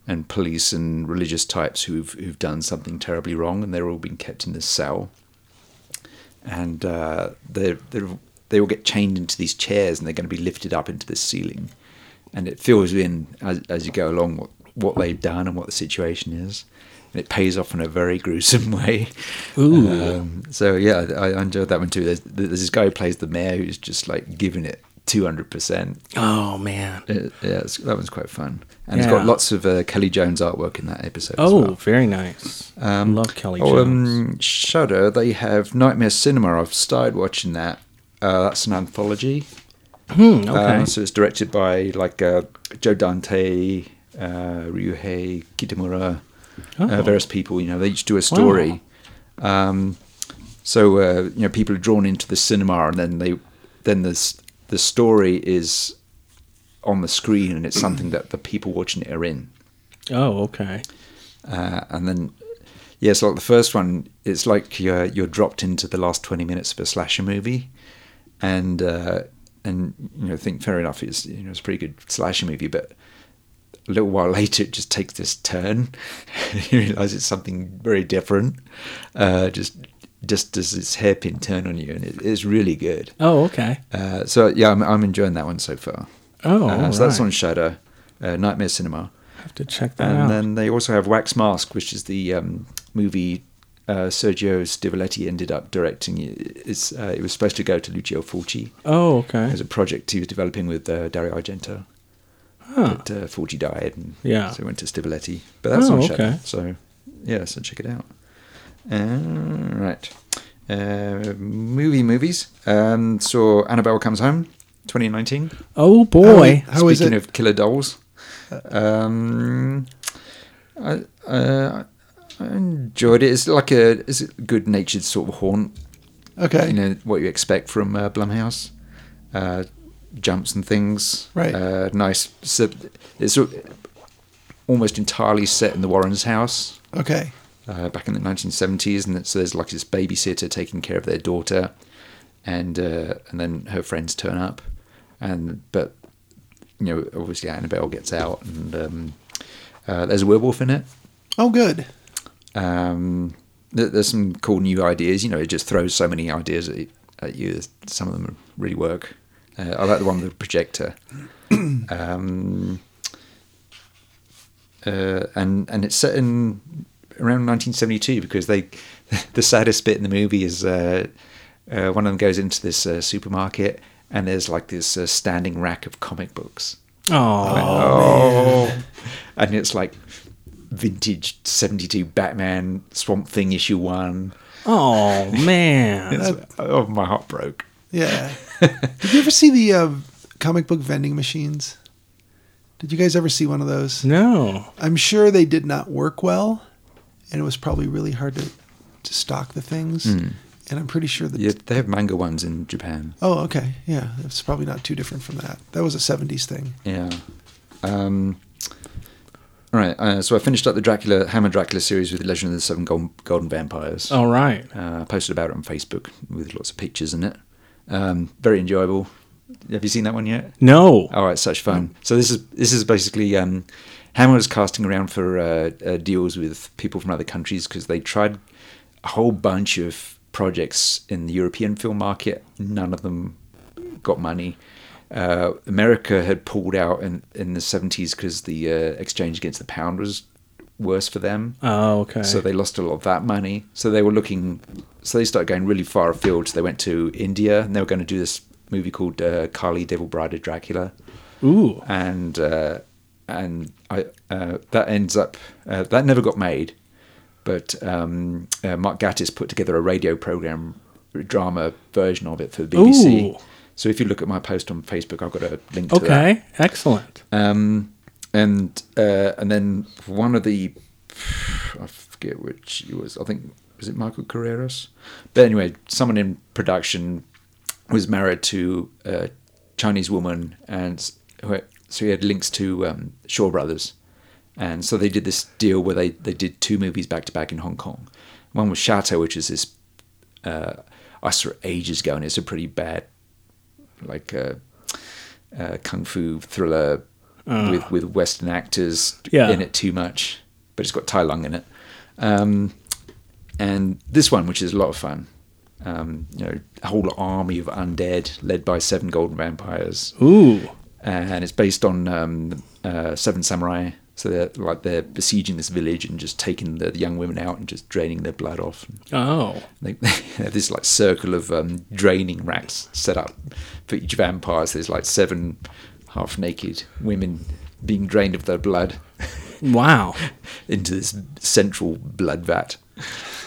S3: and police and religious types who've who've done something terribly wrong, and they're all being kept in this cell, and uh, they they they all get chained into these chairs, and they're going to be lifted up into the ceiling, and it fills in as as you go along what what they've done and what the situation is. And it pays off in a very gruesome way.
S1: Ooh.
S3: Um, so yeah, I, I enjoyed that one too. There's, there's this guy who plays the mayor who's just like giving it two hundred percent.
S1: Oh man.
S3: Yeah, it's, that one's quite fun, and it's got
S1: Yeah.
S3: lots of uh, Kelly Jones artwork in that episode. as
S1: Oh,
S3: well.
S1: very nice.
S3: Um,
S1: Love Kelly
S3: oh,
S1: Jones.
S3: um, Shudder. They have Nightmare Cinema. I've started watching that. Uh, that's an anthology.
S1: Hmm, okay.
S3: Uh, so it's directed by like uh, Joe Dante, uh, Ryuhei Kitamura, uh,
S1: Oh.
S3: various people. You know, they each do a story. Um, so uh, you know, people are drawn into the cinema, and then they, then the s- the story is on the screen, and it's something that the people watching it are in.
S1: oh, okay.
S3: Uh, and then, yeah, so like the first one, it's like you're you're dropped into the last twenty minutes of a slasher movie, and uh, and you know, think fair enough, it's you know, it's a pretty good slasher movie, but a little while later, it just takes this turn. you realise it's something very different. Uh, just just does this hairpin turn on you, and it, it's really good.
S1: Oh, okay.
S3: Uh, so yeah, I'm, I'm enjoying that one so far.
S1: Oh,
S3: Uh, so that's
S1: alright.
S3: on Shudder, uh, Nightmare Cinema.
S1: Have to check that
S3: And
S1: out.
S3: then they also have Wax Mask, which is the um, movie uh, Sergio Stivoletti ended up directing. It's, uh, it was supposed to go to Lucio Fulci
S1: Oh, okay.
S3: as a project he was developing with uh, Dario Argento.
S1: Huh.
S3: But uh, Fulci died, and
S1: Yeah.
S3: so it went to Stivoletti. But that's
S1: Oh,
S3: on Shutter,
S1: okay.
S3: so yeah, so check it out. Uh, right, uh, movie movies. Um, saw Annabelle Comes Home, 2019.
S1: Oh boy.
S2: How is
S3: Speaking
S2: it?
S3: of killer dolls, um, I, uh, I enjoyed it. It's like a it's a good natured sort of haunt.
S2: Okay.
S3: You know what you expect from uh, Blumhouse, uh, jumps and things.
S2: Right.
S3: Uh, nice. So it's sort of almost entirely set in the Warrens' house
S2: Okay.
S3: uh, back in the 1970s, and so there's like this babysitter taking care of their daughter, and uh, and then her friends turn up, and but you know obviously Annabelle gets out, and um, uh, there's a werewolf in it.
S2: Oh, good.
S3: Um, there- there's some cool new ideas. You know, it just throws so many ideas at, at you. Some of them really work. Uh, I like the one with the projector. um, uh, and and it's set in around 1972 because they the saddest bit in the movie is uh, uh, one of them goes into this uh, supermarket and there's like this uh, standing rack of comic books.
S1: Oh.
S3: Oh, and it's like vintage '72 Batman Swamp Thing issue one.
S1: Oh man.
S3: It's- oh, my heart broke.
S2: Yeah. Did you ever see the uh, comic book vending machines? Did you guys ever see one of those?
S1: No.
S2: I'm sure they did not work well, and it was probably really hard to, to stock the things. And I'm pretty sure that.
S3: Hmm. Yeah, they have manga ones in Japan.
S2: Oh, okay. Yeah, it's probably not too different from that. That was a 70s thing.
S3: Yeah. Um, all right. Uh, so I finished up the Dracula Hammer Dracula series with Legend of the Seven Golden, Golden Vampires.
S1: All right.
S3: Uh, I posted about it on Facebook with lots of pictures in it. Um, very enjoyable. Have you seen that one yet?
S1: No.
S3: All right, such fun. So this is this is basically um, Hammer was casting around for uh, uh, deals with people from other countries because they tried a whole bunch of projects in the European film market. None of them got money. Uh, America had pulled out in, in the seventies because the uh, exchange against the pound was worse for them.
S1: Oh, okay.
S3: So they lost a lot of that money. So they were looking. So they started going really far afield. So they went to India and they were going to do this movie called uh, Kali, Devil Bride of Dracula,
S1: Ooh.
S3: and uh, and I uh, that ends up uh, that never got made. But um, uh, Mark Gatiss put together a radio program drama version of it for the BBC.
S1: Ooh.
S3: So if you look at my post on Facebook, I've got a link to that.
S1: Okay. Excellent.
S3: Um, and uh, and then one of the I forget which it was. I think was it Michael Carreras. But anyway, someone in production was married to a Chinese woman, and s- who- so he had links to um, Shaw Brothers, and so they did this deal where they they did two movies back to back in Hong Kong. One was Shatter, which is this uh, I saw it ages ago, and it's a pretty bad like uh, uh, kung fu thriller with with Western actors
S1: Ah. Yeah.
S3: in it too much, but it's got Tai Lung in it. Um, and this one, which is a lot of fun, um, you know, a whole army of undead led by seven golden vampires,
S1: Ooh.
S3: and it's based on um, uh, seven samurai. So they're like they're besieging this village and just taking the young women out and just draining their blood off.
S1: Oh.
S3: They, they have this like circle of um, draining racks set up for each vampire. So there's like seven half-naked women being drained of their blood
S1: Wow.
S3: into this central blood vat.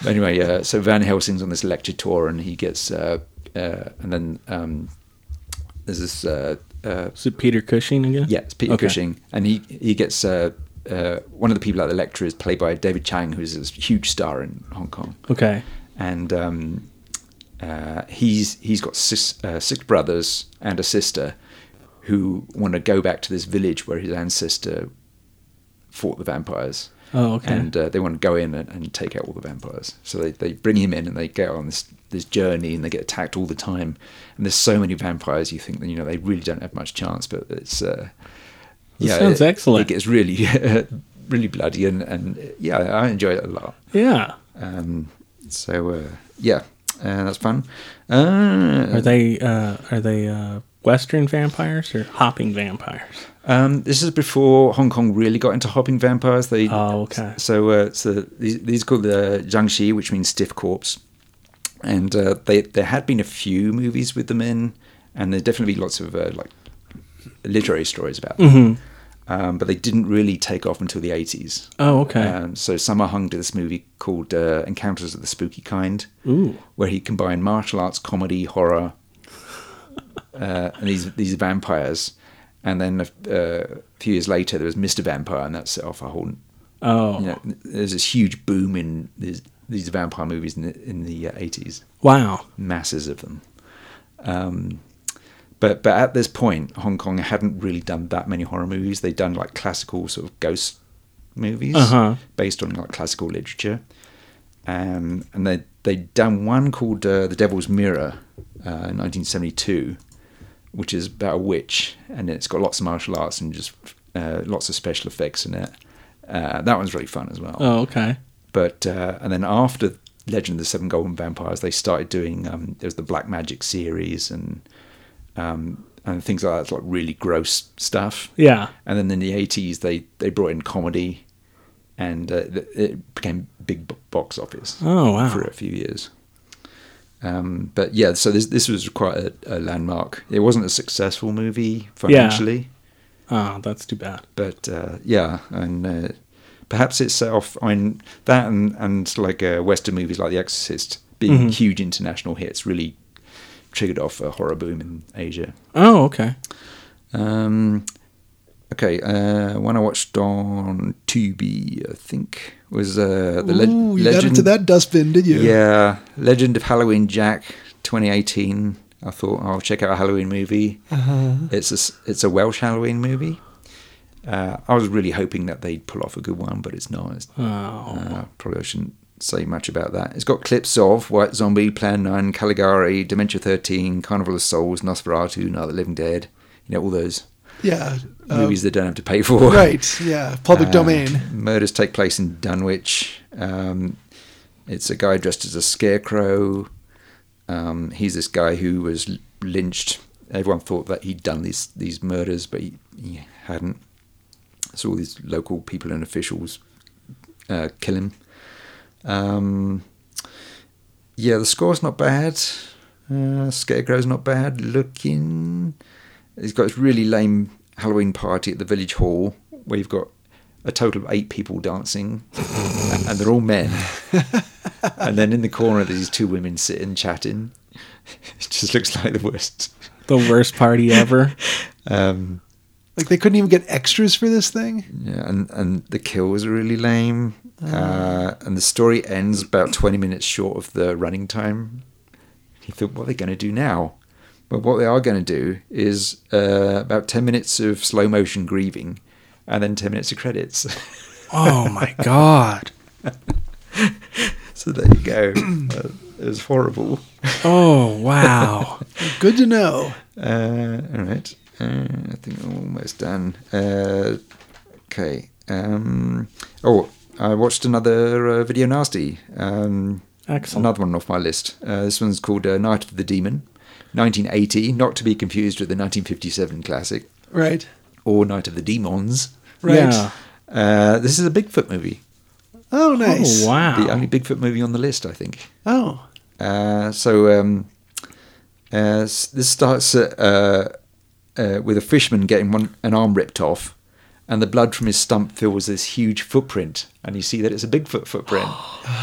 S3: Anyway, uh, so Van Helsing's on this lecture tour, and he gets, uh, uh, and then um, there's this, uh, uh,
S1: Is it Peter Cushing again?
S3: yeah, it's Peter
S1: Okay.
S3: Cushing, and he he gets uh, uh, one of the people at the lecture is played by David Chang, who's this huge star in Hong Kong
S1: Okay.
S3: and um, uh, he's he's got sis, uh, six brothers and a sister who want to go back to this village where his ancestor fought the vampires.
S1: Oh, okay.
S3: And uh, they want to go in and, and take out all the vampires. So they, they bring him in and they go on this this journey and they get attacked all the time. And there's so many vampires you think that you know they really don't have much chance, but it's uh,
S1: That sounds
S3: it-
S1: excellent.
S3: It gets really really bloody and and uh, yeah, I enjoy it a lot.
S1: Yeah.
S3: Um, so uh, yeah, uh, that's fun. Uh,
S1: Are they uh are they uh Western vampires or hopping vampires?
S3: Um, this is before Hong Kong really got into hopping vampires. They
S1: Oh, okay.
S3: So, uh, so these, these are called the Jiangxi, which means stiff corpse, and uh, they there had been a few movies with them in, and there's definitely lots of uh, like literary stories about them.
S1: Mm-hmm.
S3: Um, but they didn't really take off until the 80s.
S1: Oh, okay.
S3: Um, so Summer Hung did this movie called uh, Encounters of the Spooky Kind,
S1: Ooh.
S3: where he combined martial arts, comedy, horror, uh, and these these vampires. And then a, uh, a few years later, there was Mr. Vampire, and that set off a whole.
S1: Oh,
S3: You know, there's this huge boom in these, these vampire movies in the in the uh, eighties,
S1: wow.
S3: masses of them. Um, but but at this point, Hong Kong hadn't really done that many horror movies. They'd done like classical sort of ghost movies
S1: Uh-huh.
S3: based on like classical literature, um, and they they'd done one called uh, The Devil's Mirror, uh, in 1972, which is about a witch, and it's got lots of martial arts and just uh, lots of special effects in it. Uh, that one's really fun as well
S1: Oh, okay.
S3: but uh, and then after Legend of the Seven Golden Vampires, they started doing um, there's the Black Magic series and um, and things like that, it's like really gross stuff.
S1: Yeah.
S3: And then in the eighties, they they brought in comedy, and uh, th- it became big b- box office
S1: Oh, wow.
S3: for a few years. Um, but yeah, so this this was quite a, a landmark. It wasn't a successful movie financially,
S1: Oh, that's too bad.
S3: but uh, yeah, and uh, perhaps it's set off. I mean, that and and like uh, Western movies like The Exorcist being
S2: Mm-hmm.
S3: huge international hits really triggered off a horror boom in Asia.
S1: Oh, okay.
S3: Um, okay, uh, one I watched on Tubi, I think, was uh, the Le-
S2: Ooh, you
S3: Legend.
S2: got into that dustbin, did you?
S3: Yeah, Legend of Halloween Jack, 2018. I thought I'll check out a Halloween movie. It's a s- it's a Welsh Halloween movie. Uh, I was really hoping that they'd pull off a good one, but it's not. It's,
S1: Oh,
S3: uh, probably I shouldn't say much about that. It's got clips of White Zombie, Plan 9, Caligari, Dementia 13, Carnival of Souls, Nosferatu, Night of the Living Dead. You know, all those
S2: Yeah. Uh,
S3: movies they don't have to pay for.
S2: right. Yeah. Public
S3: Uh,
S2: domain.
S3: Murders take place in Dunwich. Um, it's a guy dressed as a scarecrow. Um, he's this guy who was l- lynched. Everyone thought that he'd done these these murders, but he, he hadn't. So all these local people and officials uh, kill him. Um, yeah, the score's not bad. Uh, Scarecrow's not bad looking. He's got this really lame Halloween party at the village hall where you've got a total of eight people dancing, and and they're all men. and then in the corner, there's these two women sitting chatting. It just looks like the worst.
S1: the worst party ever.
S3: Um,
S2: Like they couldn't even get extras for this thing.
S3: yeah, and and the kills are really lame. Uh, and the story ends about 20 minutes short of the running time. You thought, what are they going to do now? But what they are going to do is uh, about 10 minutes of slow motion grieving and then 10 minutes of credits.
S1: Oh my god.
S3: so there you go. uh, it was horrible.
S1: Oh wow.
S2: Good to know.
S3: Uh, all right. Uh, I think I'm almost done. Uh, okay. Um, oh, I watched another uh, video nasty. Um,
S1: Excellent.
S3: Another one off my list. Uh, this one's called uh, Night of the Demon, 1980, not to be confused with the 1957 classic,
S2: Right.
S3: or Night of the Demons.
S2: Right.
S1: Yeah.
S3: Uh, this is a Bigfoot movie.
S2: Oh, nice.
S1: Oh wow.
S3: The only Bigfoot movie on the list, I think.
S2: Oh.
S3: Uh, so um, uh, s- this starts at, uh, uh, with a fisherman getting one, an arm ripped off, and the blood from his stump fills this huge footprint, and you see that it's a Bigfoot footprint.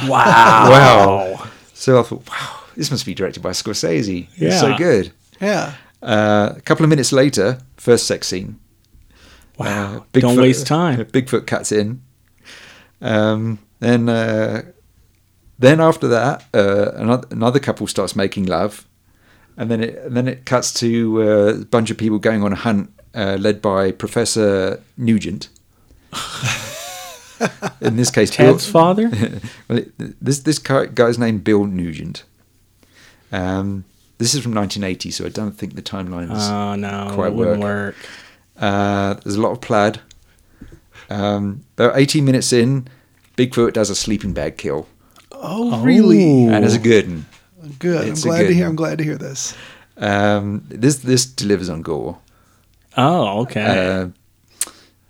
S1: Wow.
S3: wow! So I thought, wow, this must be directed by Scorsese. It's so
S1: Yeah.
S3: good.
S2: Yeah.
S3: Uh, a couple of minutes later, first sex scene.
S1: Wow.
S3: Uh, Bigfoot-
S1: Don't waste time.
S3: Bigfoot cuts in. Um, then, uh, then after that, uh, another, another couple starts making love, and then it and then it cuts to uh, a bunch of people going on a hunt uh, led by Professor Nugent. in this case, Bill-
S1: Ted's father?
S3: well, it- this this guy- guy's name Bill Nugent. Um, this is from 1980, so I don't think the timeline is
S1: Oh no.
S3: Quite
S1: it wouldn't work.
S3: uh, there's a lot of plaid. Um, about 18 minutes in, Bigfoot does a sleeping bag kill,
S2: Oh, really?
S1: Ooh.
S3: and it's a good one.
S2: Good.
S3: It's a
S2: I'm glad
S3: good
S2: to hear.
S3: one.
S2: I'm glad to hear this.
S3: Um, this this delivers on gore.
S1: Oh, okay.
S3: Uh,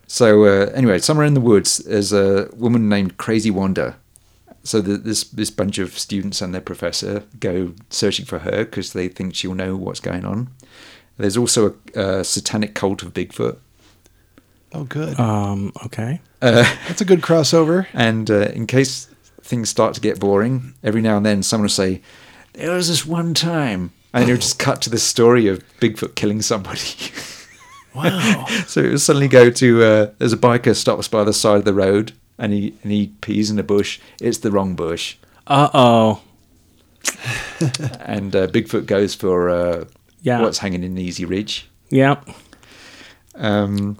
S3: so uh, anyway, somewhere in the woods, there's a woman named Crazy Wanda. So the, this this bunch of students and their professor go searching for her because they think she'll know what's going on. There's also a, a satanic cult of Bigfoot,
S2: Oh, good.
S3: Uh,
S1: um, okay.
S2: That's a good crossover.
S3: and uh, in case things start to get boring, every now and then someone will say, "There was this one time," and it'll just cut to the story of Bigfoot killing somebody.
S2: Wow.
S3: So it would suddenly go to uh, there's a biker stops by the side of the road and he and he pees in a bush. It's the wrong bush,
S1: Uh oh.
S3: and uh, Bigfoot goes for uh,
S1: Yeah.
S3: what's hanging in easy reach.
S1: Yep.
S3: Um,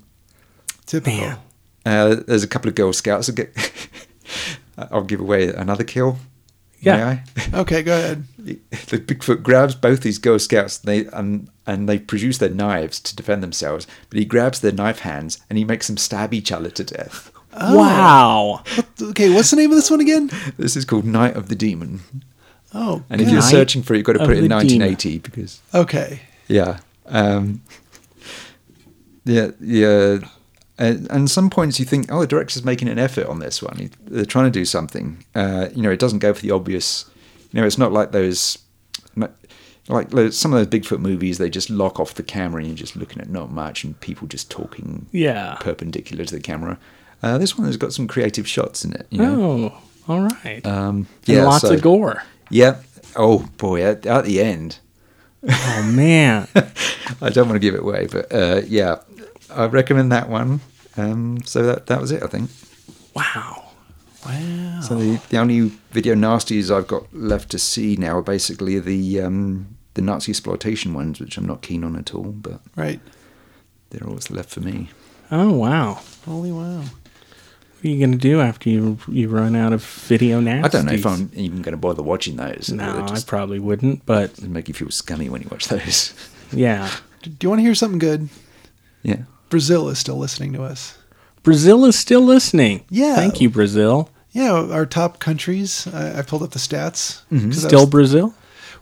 S2: Typical.
S1: Man.
S3: uh, there's a couple of Girl Scouts. That get, I'll give away another kill.
S1: Yeah.
S3: may
S2: Okay, go ahead.
S3: I? the Bigfoot grabs both these Girl Scouts. And they and and they produce their knives to defend themselves, but he grabs their knife hands and he makes them stab each other to death.
S1: Wow.
S2: Okay, what's the name of this one again?
S3: This is called Night of the Demon.
S2: Oh,
S3: And if
S2: good.
S3: you're
S1: Night
S3: searching for it, you've got to
S1: of
S3: put it in
S1: the
S3: 1980 because
S2: okay.
S3: yeah, um, yeah, yeah. And, and some points you think, oh, the director's making an effort on this one. He- They're trying to do something. Uh, you know, it doesn't go for the obvious. You know, it's not like those, not- like those- some of those Bigfoot movies. They just lock off the camera and you're just looking at not much and people just talking
S1: Yeah.
S3: perpendicular to the camera. Uh, this one has got some creative shots in it. You know?
S1: Oh, all right.
S3: um,
S1: Oh. And
S3: yeah,
S1: lots
S3: so-
S1: of gore.
S3: Yeah. Oh boy, at, at the end.
S1: Oh man.
S3: I don't want to give it away, but uh, yeah, I recommend that one. Um, so that that was it, I think.
S1: wow.
S2: Wow.
S3: So
S1: Oh.
S3: the, the only video nasties I've got left to see now are basically the um, the Nazi exploitation ones, which I'm not keen on at all, but
S2: Right.
S3: they're always left for me.
S1: Oh wow.
S2: Holy wow.
S1: What are you gonna do after you you run out of video nasties?
S3: I don't know if I'm even going to bother watching those.
S1: No,
S3: They
S1: I
S3: just
S1: probably wouldn't. But
S3: make you feel scummy when you watch those.
S1: yeah,
S2: Do you want to hear something good?
S3: yeah.
S2: Brazil is still listening to us.
S1: Brazil is still listening.
S2: Yeah.
S1: Thank you, Brazil.
S2: Yeah, our top countries. I, I pulled up the stats.
S3: Mm-hmm.
S2: 'Cause I
S1: Still
S2: Mm-hmm. was-
S1: Brazil.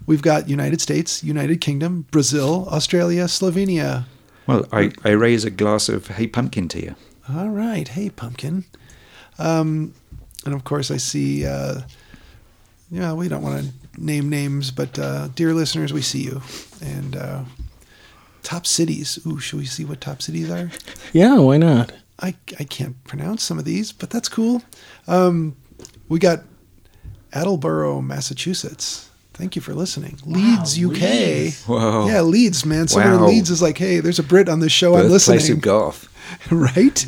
S2: we've got United States, United Kingdom, Brazil, Australia, Slovenia.
S3: Well, I, I raise a glass of Hey Pumpkin to you.
S2: All right. Hey, pumpkin. Um, and of course, I see. Uh, yeah, we don't want to name names, but uh, dear listeners, we see you. And uh, top cities. Ooh, should we see what top cities are?
S1: Yeah, why not?
S2: I, I can't pronounce some of these, but that's cool. Um, we got Attleboro, Massachusetts. Thank you for listening. Leeds, UK.
S3: Whoa.
S2: Yeah, Leeds, man. Someone in
S3: Wow.
S2: Leeds is like, hey, there's a Brit on this show. I'm
S3: Birthplace
S2: listening.
S3: of Goth.
S2: right?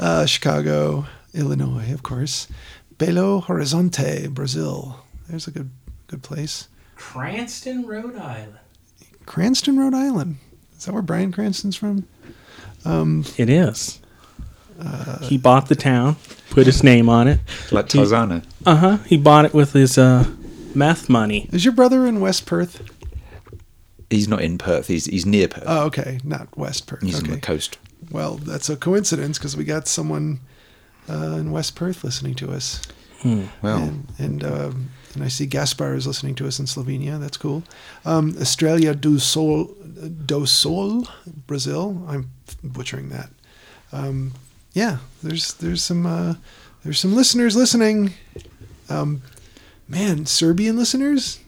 S2: Uh, Chicago, Illinois, of course. Belo Horizonte, Brazil. There's a good good place.
S1: Cranston, Rhode Island.
S2: Cranston, Rhode Island. Is that where Brian Cranston's from?
S1: It is. he bought the town, put his name on it.
S3: Like Tarzana.
S1: Uh huh. He bought it with his uh, meth money.
S2: Is your brother in West Perth?
S3: He's not in Perth. He's he's near Perth.
S2: Oh, okay, not West Perth.
S3: he's
S2: okay.
S3: on the coast.
S2: Well, that's a coincidence because we got someone uh, in West Perth listening to us,
S3: Well,
S2: and and, um, and I see Gaspar is listening to us in Slovenia. That's cool. Um, Estrella do Sol, do Sol, Brazil. I'm butchering that. Um, yeah, there's there's some uh, there's some listeners listening. Um, man, Serbian listeners.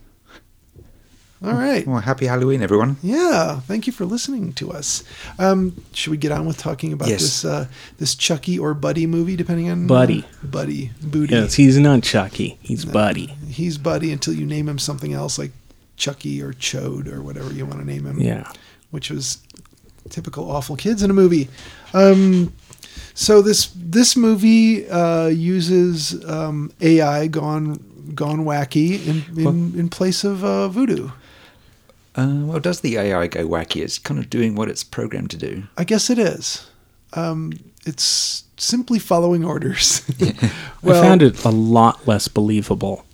S2: All right.
S3: Well, happy Halloween, everyone.
S2: Yeah, thank you for listening to us. Um, should we get on with talking about
S3: Yes.
S2: this uh, this Chucky or Buddy movie, depending on
S1: Buddy.
S2: Buddy, Booty?
S1: Yes, he's not Chucky. He's Buddy.
S2: He's Buddy until you name him something else like Chucky or Chode or whatever you want to name him.
S1: Yeah.
S2: which was typical awful kids in a movie. Um, so this this movie uh, uses um, AI gone gone wacky in in, in place of uh, voodoo.
S3: Uh, well, does the AI go wacky? It's kind of doing what it's programmed to do.
S2: I guess it is. Um, it's simply following orders.
S1: I found it a lot less believable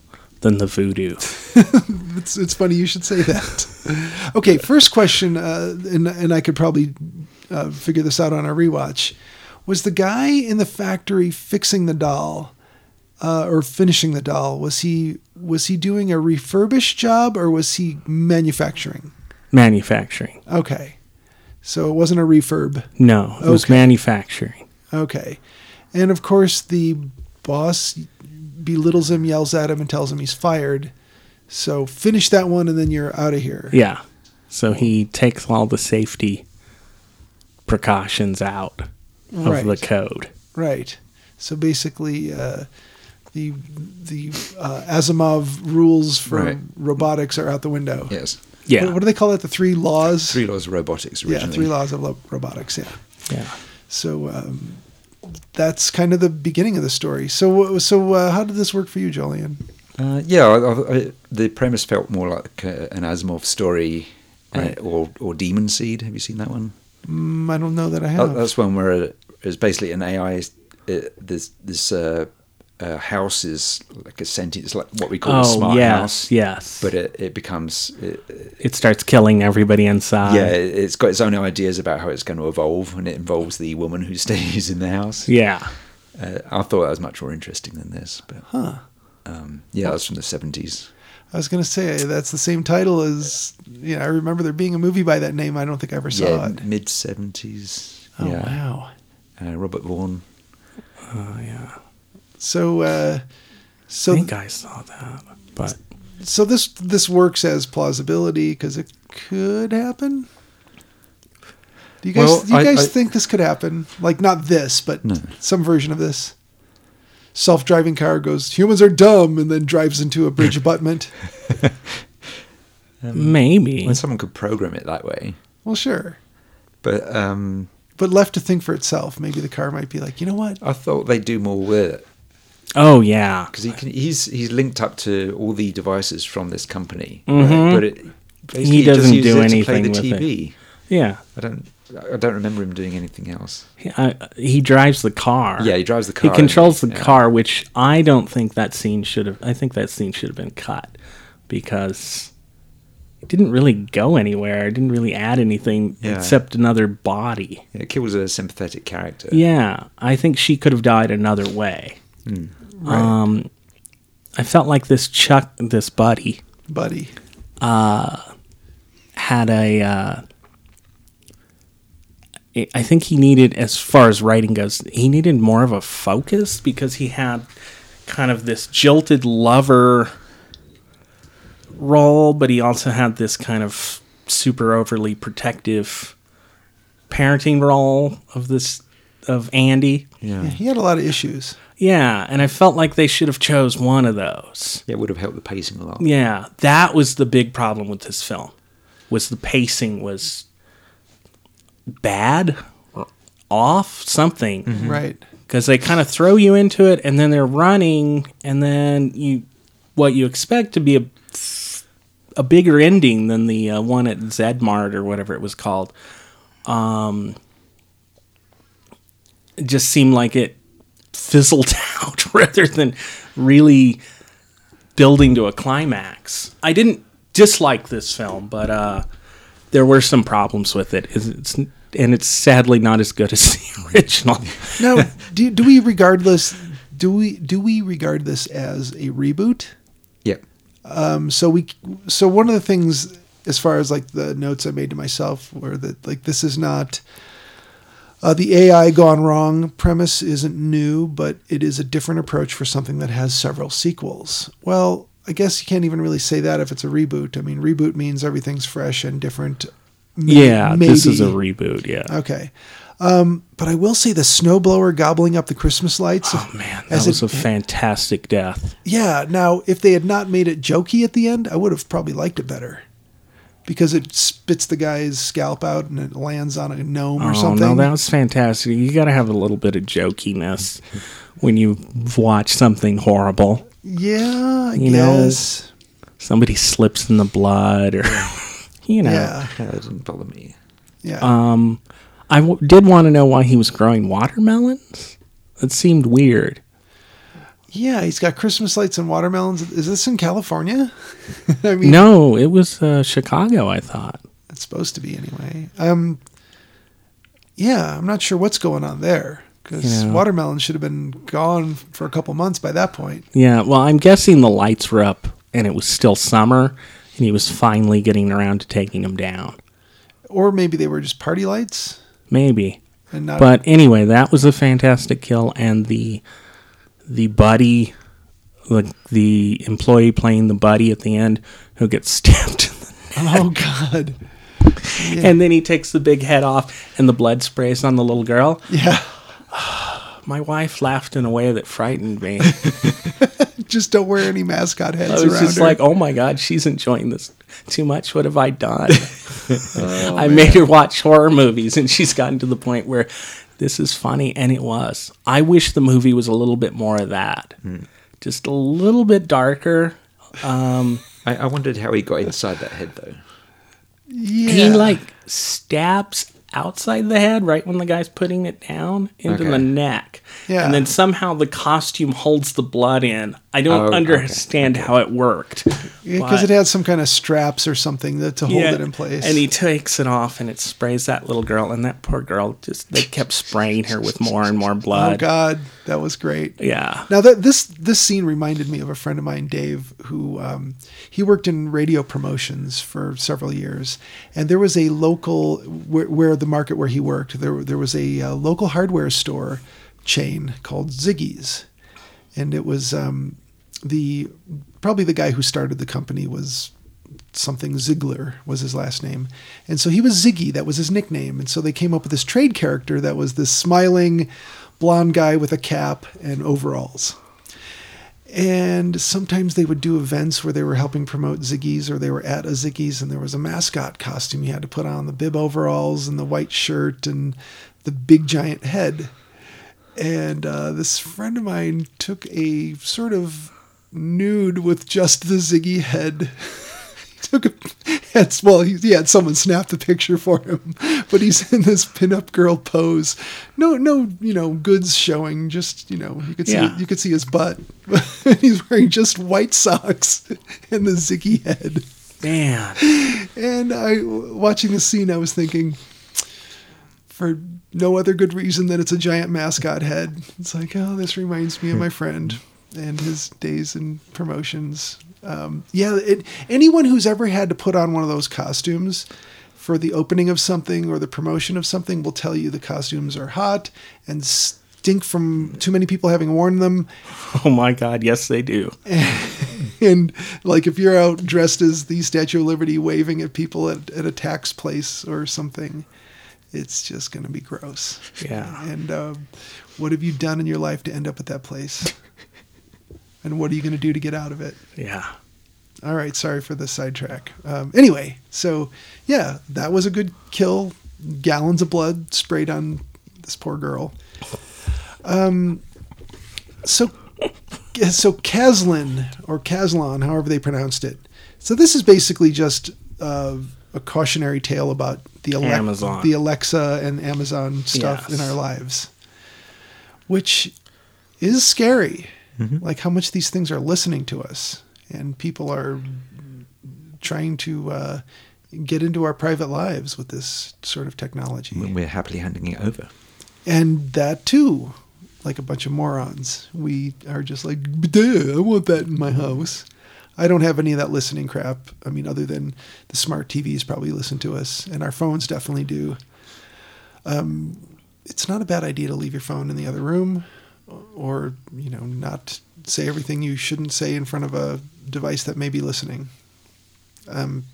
S1: than the voodoo.
S2: It's, it's funny you should say that. okay, first question, uh, and and I could probably uh, figure this out on a rewatch. Was the guy in the factory fixing the doll uh, or finishing the doll? Was he was he doing a refurbished job or was he manufacturing?
S1: Manufacturing.
S2: Okay. So it wasn't a refurb.
S1: No, it was
S2: Okay.
S1: manufacturing.
S2: Okay. And of course, the boss belittles him, yells at him, and tells him he's fired. So finish that one and then you're out of here.
S1: Yeah. So he takes all the safety precautions out of
S2: Right.
S1: the code.
S2: Right. So basically, uh, the the uh, Asimov rules for
S3: Right.
S2: robotics are out the window.
S3: Yes.
S1: Yeah.
S2: What, what do they call it? The three laws?
S3: Three laws of robotics
S2: yeah,
S3: originally.
S2: three laws of lo- robotics. Yeah.
S1: yeah.
S2: So um, that's kind of the beginning of the story. So uh, so uh, how did this work for you, Jolien?
S3: Uh, yeah, I, I, I, the premise felt more like uh, an Asimov story, uh,
S1: Right.
S3: or or Demon Seed. Have you seen that one?
S2: Mm, I don't know that I
S3: That-
S2: have.
S3: that's one where it- it's basically an AI. s- Uh, this this uh, uh, house is like a sentient. It's like what we call a
S1: Oh,
S3: smart
S1: yes,
S3: house.
S1: yes.
S3: But it, it becomes it,
S1: It starts killing everybody inside.
S3: yeah. It, it's got its own ideas about how it's going to evolve, and it involves the woman who stays in the house.
S1: Yeah.
S3: Uh, I thought that was much more interesting than this. But
S2: Huh.
S3: um, yeah, that's from the seventies.
S2: I was going to say that's the same title as you know. I remember there being a movie by that name. I don't think I ever saw
S3: Yeah,
S2: it.
S3: mid seventies.
S2: Oh
S3: yeah.
S2: wow!
S3: Uh, Robert Vaughan.
S1: Oh, yeah.
S2: So uh,
S1: I
S2: so
S1: think I saw that. But
S2: so this this works as plausibility because it could happen. Do you guys
S3: Well,
S2: do you
S3: I-
S2: guys
S3: I-
S2: think this could happen? Like not this, but
S3: No.
S2: some version of this. Self driving car goes, humans are dumb, and then drives into a bridge abutment.
S1: maybe.
S3: Well, someone could program it that way,
S2: Well, sure.
S3: but um,
S2: But left to think for itself, maybe the car might be like, you know what?
S3: I thought they'd do more with it
S1: Oh, yeah.
S3: because he can, he's he's linked up to all the devices from this company,
S1: Mhm.
S3: but it basically
S1: He doesn't
S3: uses
S1: do
S3: it to
S1: anything
S3: play the
S1: with it.
S3: TV.
S1: Yeah.
S3: I don't I don't remember him doing anything else.
S1: He, I, he drives the car.
S3: Yeah, he drives the car.
S1: He controls the
S3: Yeah.
S1: car, which I don't think that scene should have. I think that scene should have been cut because it didn't really go anywhere. It didn't really add anything
S3: Yeah.
S1: except another body.
S3: It kills a sympathetic character.
S1: Yeah, I think she could have died another way.
S3: Hmm.
S2: Right,
S1: Um, I felt like this Chuck, this buddy,
S2: buddy.
S1: had a. Uh, I- I think he needed, as far as writing goes, he needed more of a focus because he had kind of this jilted lover role, but he also had this kind of super overly protective parenting role of this of Andy.
S3: yeah,
S2: Yeah, he had a lot of issues.
S1: Yeah, and I felt like they should have chose one of those.
S3: Yeah, it would have helped the pacing a lot.
S1: Yeah, that was the big problem with this film. Was the pacing was bad or off something
S2: mm-hmm. Right.
S1: because they kind of throw you into it and then they're running and then you what you expect to be a a bigger ending than the uh, one at Zedmart or whatever it was called. Um, it just seemed like it fizzled out rather than really building to a climax. I didn't dislike this film, but uh, there were some problems with it. It's, it's, and it's sadly not as good as the original.
S2: Now, do do we regard this? Do we do we regard this as a reboot?
S3: Yeah,
S2: Um, so we so one of the things as far as like the notes I made to myself were that like this is not uh, the AI gone wrong premise isn't new, but it is a different approach for something that has several sequels. Well, I guess you can't even really say that if it's a reboot. I mean, reboot means everything's fresh and different. May-
S1: Yeah, this is a
S2: maybe. Uh,
S1: reboot. Yeah.
S2: Okay. Um, but I will say the snowblower gobbling up the Christmas lights.
S1: Oh man, that
S2: as
S1: was
S2: it-
S1: a fantastic death.
S2: yeah. Now, if they had not made it jokey at the end, I would have probably liked it better because it spits the guy's scalp out and it lands on a gnome or
S1: Oh
S2: something.
S1: no, that was fantastic. You got to have a little bit of jokiness when you watch something horrible.
S2: yeah, I
S1: You know, uh,
S2: guess.
S1: Somebody slips in the blood, or you know.
S2: yeah,
S3: yeah, that Uh, didn't bother me.
S2: yeah.
S1: I w- did want to know why he was growing watermelons. It seemed weird.
S2: yeah, he's got Christmas lights and watermelons. Is this in California? I mean,
S1: No, it was uh, Chicago. I thought.
S2: it's supposed to be anyway. Um, yeah, I'm not sure what's going on there because
S1: Yeah.
S2: watermelon should have been gone for a couple months by that point.
S1: Yeah. Well, I'm guessing the lights were up and it was still summer, and he was finally getting around to taking them down.
S2: Or maybe they were just party lights
S1: Maybe.
S2: and not.
S1: But anyway, that was a fantastic kill, and the the buddy, the the employee playing the buddy at the end who gets stabbed, in the-
S2: oh God.
S1: and then he takes the big head off, and the blood sprays on the little girl.
S2: Yeah.
S1: My wife laughed in a way that frightened me.
S2: Just don't wear any mascot heads
S1: I was
S2: around
S1: just
S2: her.
S1: like, "Oh my god, she's enjoying this too much. What have I done?"
S3: Oh,
S1: I made her watch horror movies, and she's gotten to the point where this is funny, and it was. I wish the movie was a little bit more of that,
S3: Hmm.
S1: just a little bit darker.
S3: I, I wondered how he got inside that head though.
S2: yeah.
S1: He like stabs outside the head right when the guy's putting it down into
S3: Okay.
S1: the neck,
S2: Yeah.
S1: and then somehow the costume holds the blood in. I
S3: Oh,
S1: don't
S3: okay,
S1: understand how it worked.
S2: because
S1: but-
S2: it had some kind of straps or something that, to hold
S1: Yeah,
S2: it in place.
S1: And he takes it off and it sprays that little girl. And that poor girl just, they kept spraying her with more and more
S2: oh
S1: blood.
S2: God, that was great.
S1: Yeah.
S2: Now that this this scene reminded me of a friend of mine, Dave, who um, he worked in radio promotions for several years, and there was a local where, where the market where he worked there there was a uh, local hardware store chain called Ziggy's, and it was um, the probably the guy who started the company was something Ziegler was his last name. And so he was Ziggy, that was his nickname. And so they came up with this trade character that was this smiling blonde guy with a cap and overalls. And sometimes they would do events where they were helping promote Ziggy's or they were at a Ziggy's and there was a mascot costume you had to put on the bib overalls and the white shirt and the big giant head. And uh, this friend of mine took a sort of nude with just the Ziggy head took a had, well he, he had someone snap the picture for him but he's in this pinup girl pose no no you know goods showing just you know you could see
S1: Yeah.
S2: you could see his butt he's wearing just white socks and the ziggy head
S1: Man.
S2: and i watching the scene i was thinking for no other good reason than it's a giant mascot head it's like oh this reminds me of my friend and his days in promotions um, yeah it, anyone who's ever had to put on one of those costumes for the opening of something or the promotion of something will tell you the costumes are hot and stink from too many people having worn them
S1: Oh my God. Yes, they do.
S2: and like if you're out dressed as the Statue of Liberty waving at people at, at a tax place or something, it's just going to be gross.
S1: Yeah.
S2: And um, what have you done in your life to end up at that place? and what are you going to do to get out of it?
S1: Yeah.
S2: All right, sorry for the sidetrack. Um, anyway, so yeah, that was a good kill. Gallons of blood sprayed on this poor girl. Um, so, so Caslin or Caslon, however they pronounced it. So this is basically just uh, a cautionary tale about the Alex-
S1: Amazon.
S2: the Alexa and Amazon stuff
S1: Yes.
S2: in our lives, which is scary. Like how much these things are listening to us, and people are trying to uh, get into our private lives with this sort of technology.
S3: When we're happily handing it over.
S2: And that too, like a bunch of morons, we are just like, "Duh, I want that in my house. I don't have any of that listening crap. I mean, other than the smart TVs probably listen to us, and our phones definitely do. Um, it's not a bad idea to leave your phone in the other room, or you know, not say everything you shouldn't say in front of a device that may be listening. Um,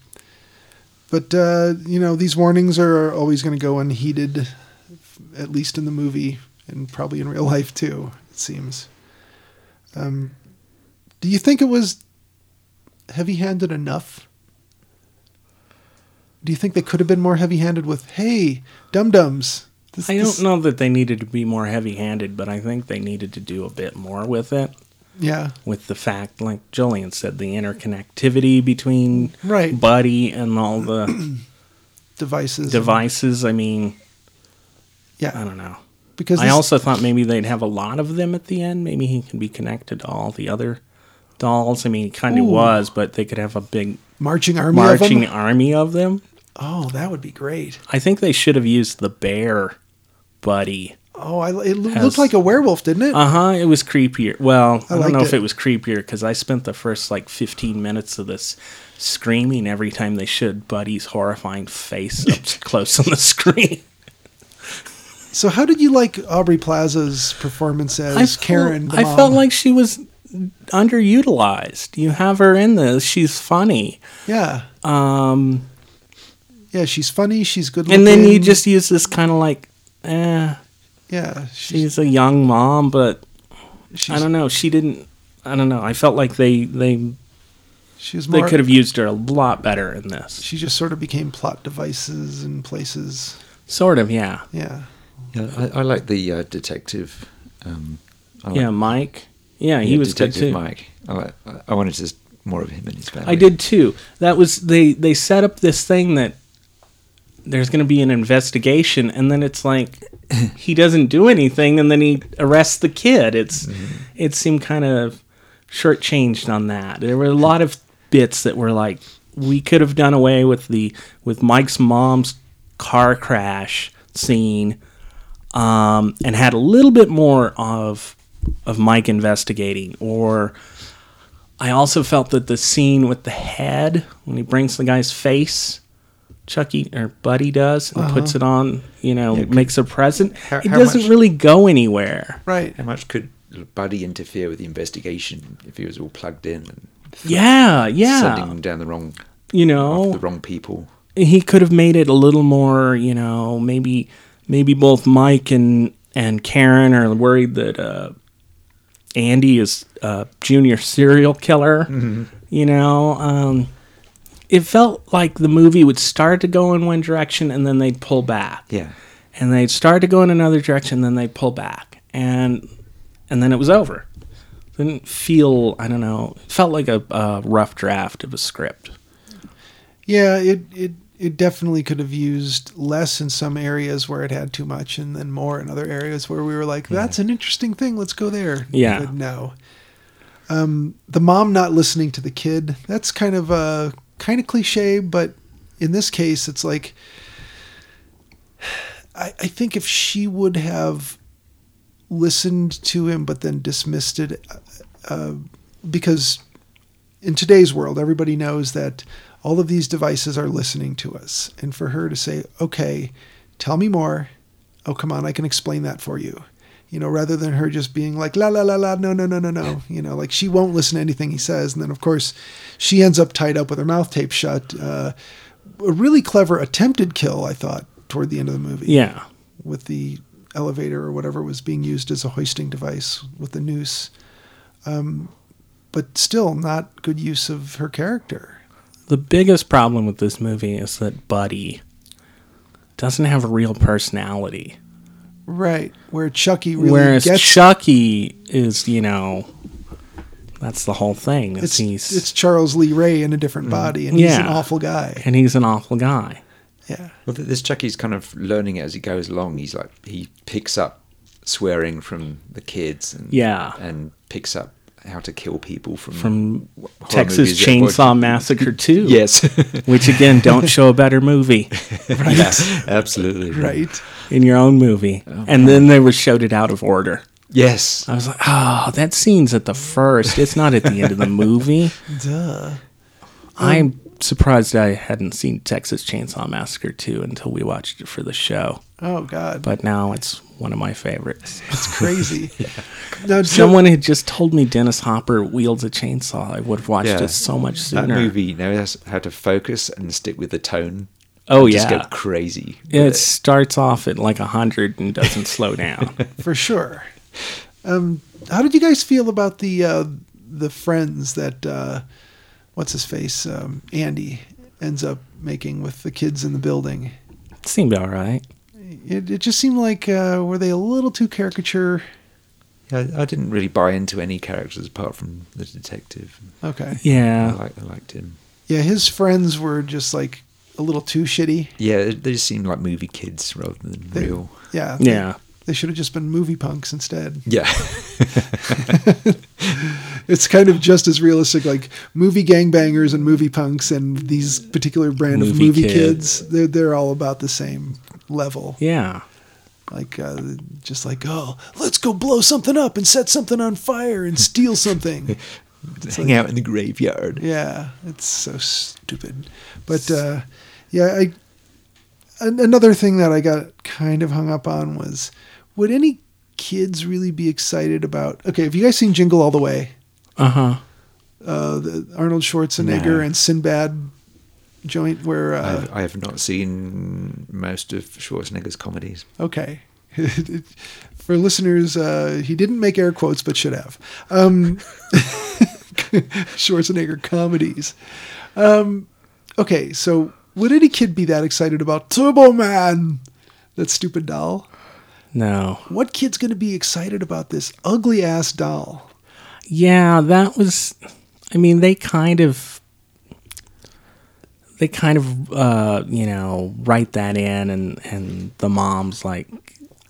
S2: but uh, you know, these warnings are always going to go unheeded at least in the movie and probably in real life too. It seems. Um, do you think it was heavy-handed enough? Do you think they could have been more heavy-handed with "Hey, dum dums"?
S1: I don't know that they needed to be more heavy handed, but I think they needed to do a bit more with it.
S2: Yeah,
S1: With the fact, like Julian said, the interconnectivity between
S2: Right.
S1: Buddy and all the
S2: devices.
S1: devices. I mean, I
S2: Yeah,
S1: don't know.
S2: because
S1: I
S2: this-
S1: also thought maybe they'd have a lot of them at the end. Maybe he can be connected to all the other dolls. I mean, he kind
S2: Ooh.
S1: of was, but they could have a big
S2: marching army.
S1: marching
S2: Of them?
S1: army of them.
S2: Oh, that would be great.
S1: I think they should have used the bear buddy
S2: Oh, I, it loo-
S1: Has-
S2: looked like a werewolf, didn't it?
S1: Uh huh. It was creepier. Well, I, don't
S2: liked
S1: know if
S2: it.
S1: it was creepier because I spent the first like 15 minutes of this screaming every time they should Buddy's horrifying face up close on the screen.
S2: so, how did you like Aubrey Plaza's performance as
S1: I felt-
S2: Karen? the
S1: I
S2: mom?
S1: felt like she was underutilized. You have her in this; she's funny.
S2: yeah,
S1: Um,
S2: yeah, she's funny, she's good.
S1: and then you
S2: looking.
S1: just use this kind of like, eh,
S2: yeah, she's,
S1: she's a young mom, but
S2: she's
S1: I don't know. She didn't. I don't know. I felt like they they
S2: she's
S1: they
S2: more.
S1: could have used her a lot better in this.
S2: she just sort of became plot devices in places.
S1: Sort of, yeah,
S2: Yeah,
S3: Yeah, I, I like the uh, detective. Um, I like,
S1: yeah. Mike, yeah, he
S3: yeah,
S1: was
S3: detective
S1: good too.
S3: Mike. I, like, I- I wanted just more of him and his family.
S1: I did too. That was they they set up this thing that there's going to be an investigation and then it's like he doesn't do anything and then he arrests the kid. It's it seemed kind of shortchanged on that. There were a lot of bits that were like we could have done away with the with Mike's mom's car crash scene um, and had a little bit more of of Mike investigating or I also felt that the scene with the head when he brings the guy's face, Chucky or Buddy does, and puts it on, you know, makes a present.
S3: Uh-huh. How-
S1: it
S3: how
S1: doesn't
S3: much-
S1: really go anywhere.
S2: right.
S3: How much could Buddy interfere with the investigation if he was all plugged in and
S1: Yeah, yeah. Oh.
S3: sending them down the wrong,
S1: you
S3: after
S1: know,
S3: the wrong people?
S1: he could have made it a little more, you know, maybe maybe both Mike and and Karen are worried that uh, Andy is a junior serial killer. You know, um, it felt like the movie would start to go in one direction and then they'd pull back.
S3: Yeah.
S1: And they'd start to go in another direction, then they'd pull back, and and then it was over. Didn't feel, I don't know, it felt like a, a rough draft of a script.
S2: Yeah, it it it definitely could have used less in some areas where it had too much, and then more in other areas where we were like, "That's an interesting thing. Let's go there."
S1: Yeah.
S2: But no. Um, the mom not listening to the kid. That's kind of uh, kind of cliche, but in this case, it's like. I, I think if she would have listened to him but then dismissed it uh, because in today's world everybody knows that all of these devices are listening to us and for her to say okay tell me more oh come on i can explain that for you you know rather than her just being like la la la la no no no no no you know like she won't listen to anything he says and then of course she ends up tied up with her mouth taped shut uh, a really clever attempted kill i thought toward the end of the movie
S1: Yeah.
S2: with the elevator or whatever was being used as a hoisting device with the noose. Um, but still, not good use of her character.
S1: The biggest problem with this movie is that Buddy doesn't have a real personality.
S2: Right, where Chucky really
S1: Whereas
S2: gets
S1: Chucky is, you know, that's the whole thing. is
S2: it's,
S1: he's,
S2: it's Charles Lee Ray in a different body, and he's an
S1: Yeah.
S2: awful guy.
S1: and he's an awful guy.
S2: Yeah,
S3: Well, th- this Chucky's kind of learning it as he goes along. He's like he picks up swearing from the kids, and
S1: Yeah.
S3: and picks up how to kill people from
S1: From
S3: wh- horror
S1: Texas
S3: movies that were-
S1: Chainsaw Massacre 2.
S3: Yes,
S1: Which, again, don't show a better movie
S3: right, yeah, absolutely
S2: right.
S1: in your own movie.
S3: Oh,
S1: and then they were showed it out of order.
S3: Yes,
S1: I was like, oh, that scene's at the first. It's not at the end of the movie.
S2: Duh.
S3: Um,
S1: I'm surprised I hadn't seen Texas Chainsaw Massacre 2 until we watched it for the show.
S2: Oh God,
S1: but now it's one of my favorites.
S2: it's crazy. Now,
S1: Someone had just told me Dennis Hopper wields a chainsaw. I would have watched
S3: Yeah.
S1: it so much
S3: that
S1: sooner.
S3: movie knows how to focus and stick with the tone.
S1: Oh,
S3: and just
S1: yeah.
S3: go crazy. with
S1: It starts off at like 100 and doesn't slow down.
S2: for sure. Um, how did you guys feel about the uh, the friends that uh, what's his face um, Andy ends up making with the kids in the building?
S1: Seemed all right.
S2: It, it just seemed like uh, were they a little too caricature?
S3: it. I, I didn't really buy into any characters apart from the detective.
S2: Okay,
S3: I,
S1: Yeah.
S3: like, I liked him.
S2: yeah, his friends were just like a little too shitty.
S3: Yeah, they- they just seemed like movie kids rather than
S2: They-
S3: real.
S2: Yeah, they-
S1: Yeah.
S2: They should have just been movie punks instead.
S3: Yeah,
S2: It's kind of just as realistic, like movie gangbangers and movie punks, and these particular brand of
S1: Movie
S2: movie
S1: kids.
S2: kids. They're they're all about the same level.
S1: Yeah.
S2: like uh, just like oh let's go blow something up and set something on fire and steal something
S4: Hang out in the graveyard.
S2: yeah it's so stupid but uh, yeah i an- another thing that i got kind of hung up on was would any kids really be excited about okay have you guys seen jingle all the way
S1: Uh huh.
S2: uh, the arnold schwarzenegger
S4: No.
S2: and sinbad joint where uh,
S3: I, I have not seen most of Schwarzenegger's comedies.
S2: Okay. For listeners, uh, he didn't make air quotes, but should have. Um, Schwarzenegger comedies. Um, okay, so would any kid be that excited about Turbo Man? That stupid doll.
S1: No.
S2: What kid's going to be excited about this ugly ass doll?
S1: Yeah, that was. I mean, they kind of. They kind of, uh, you know, write that in, and and the mom's like,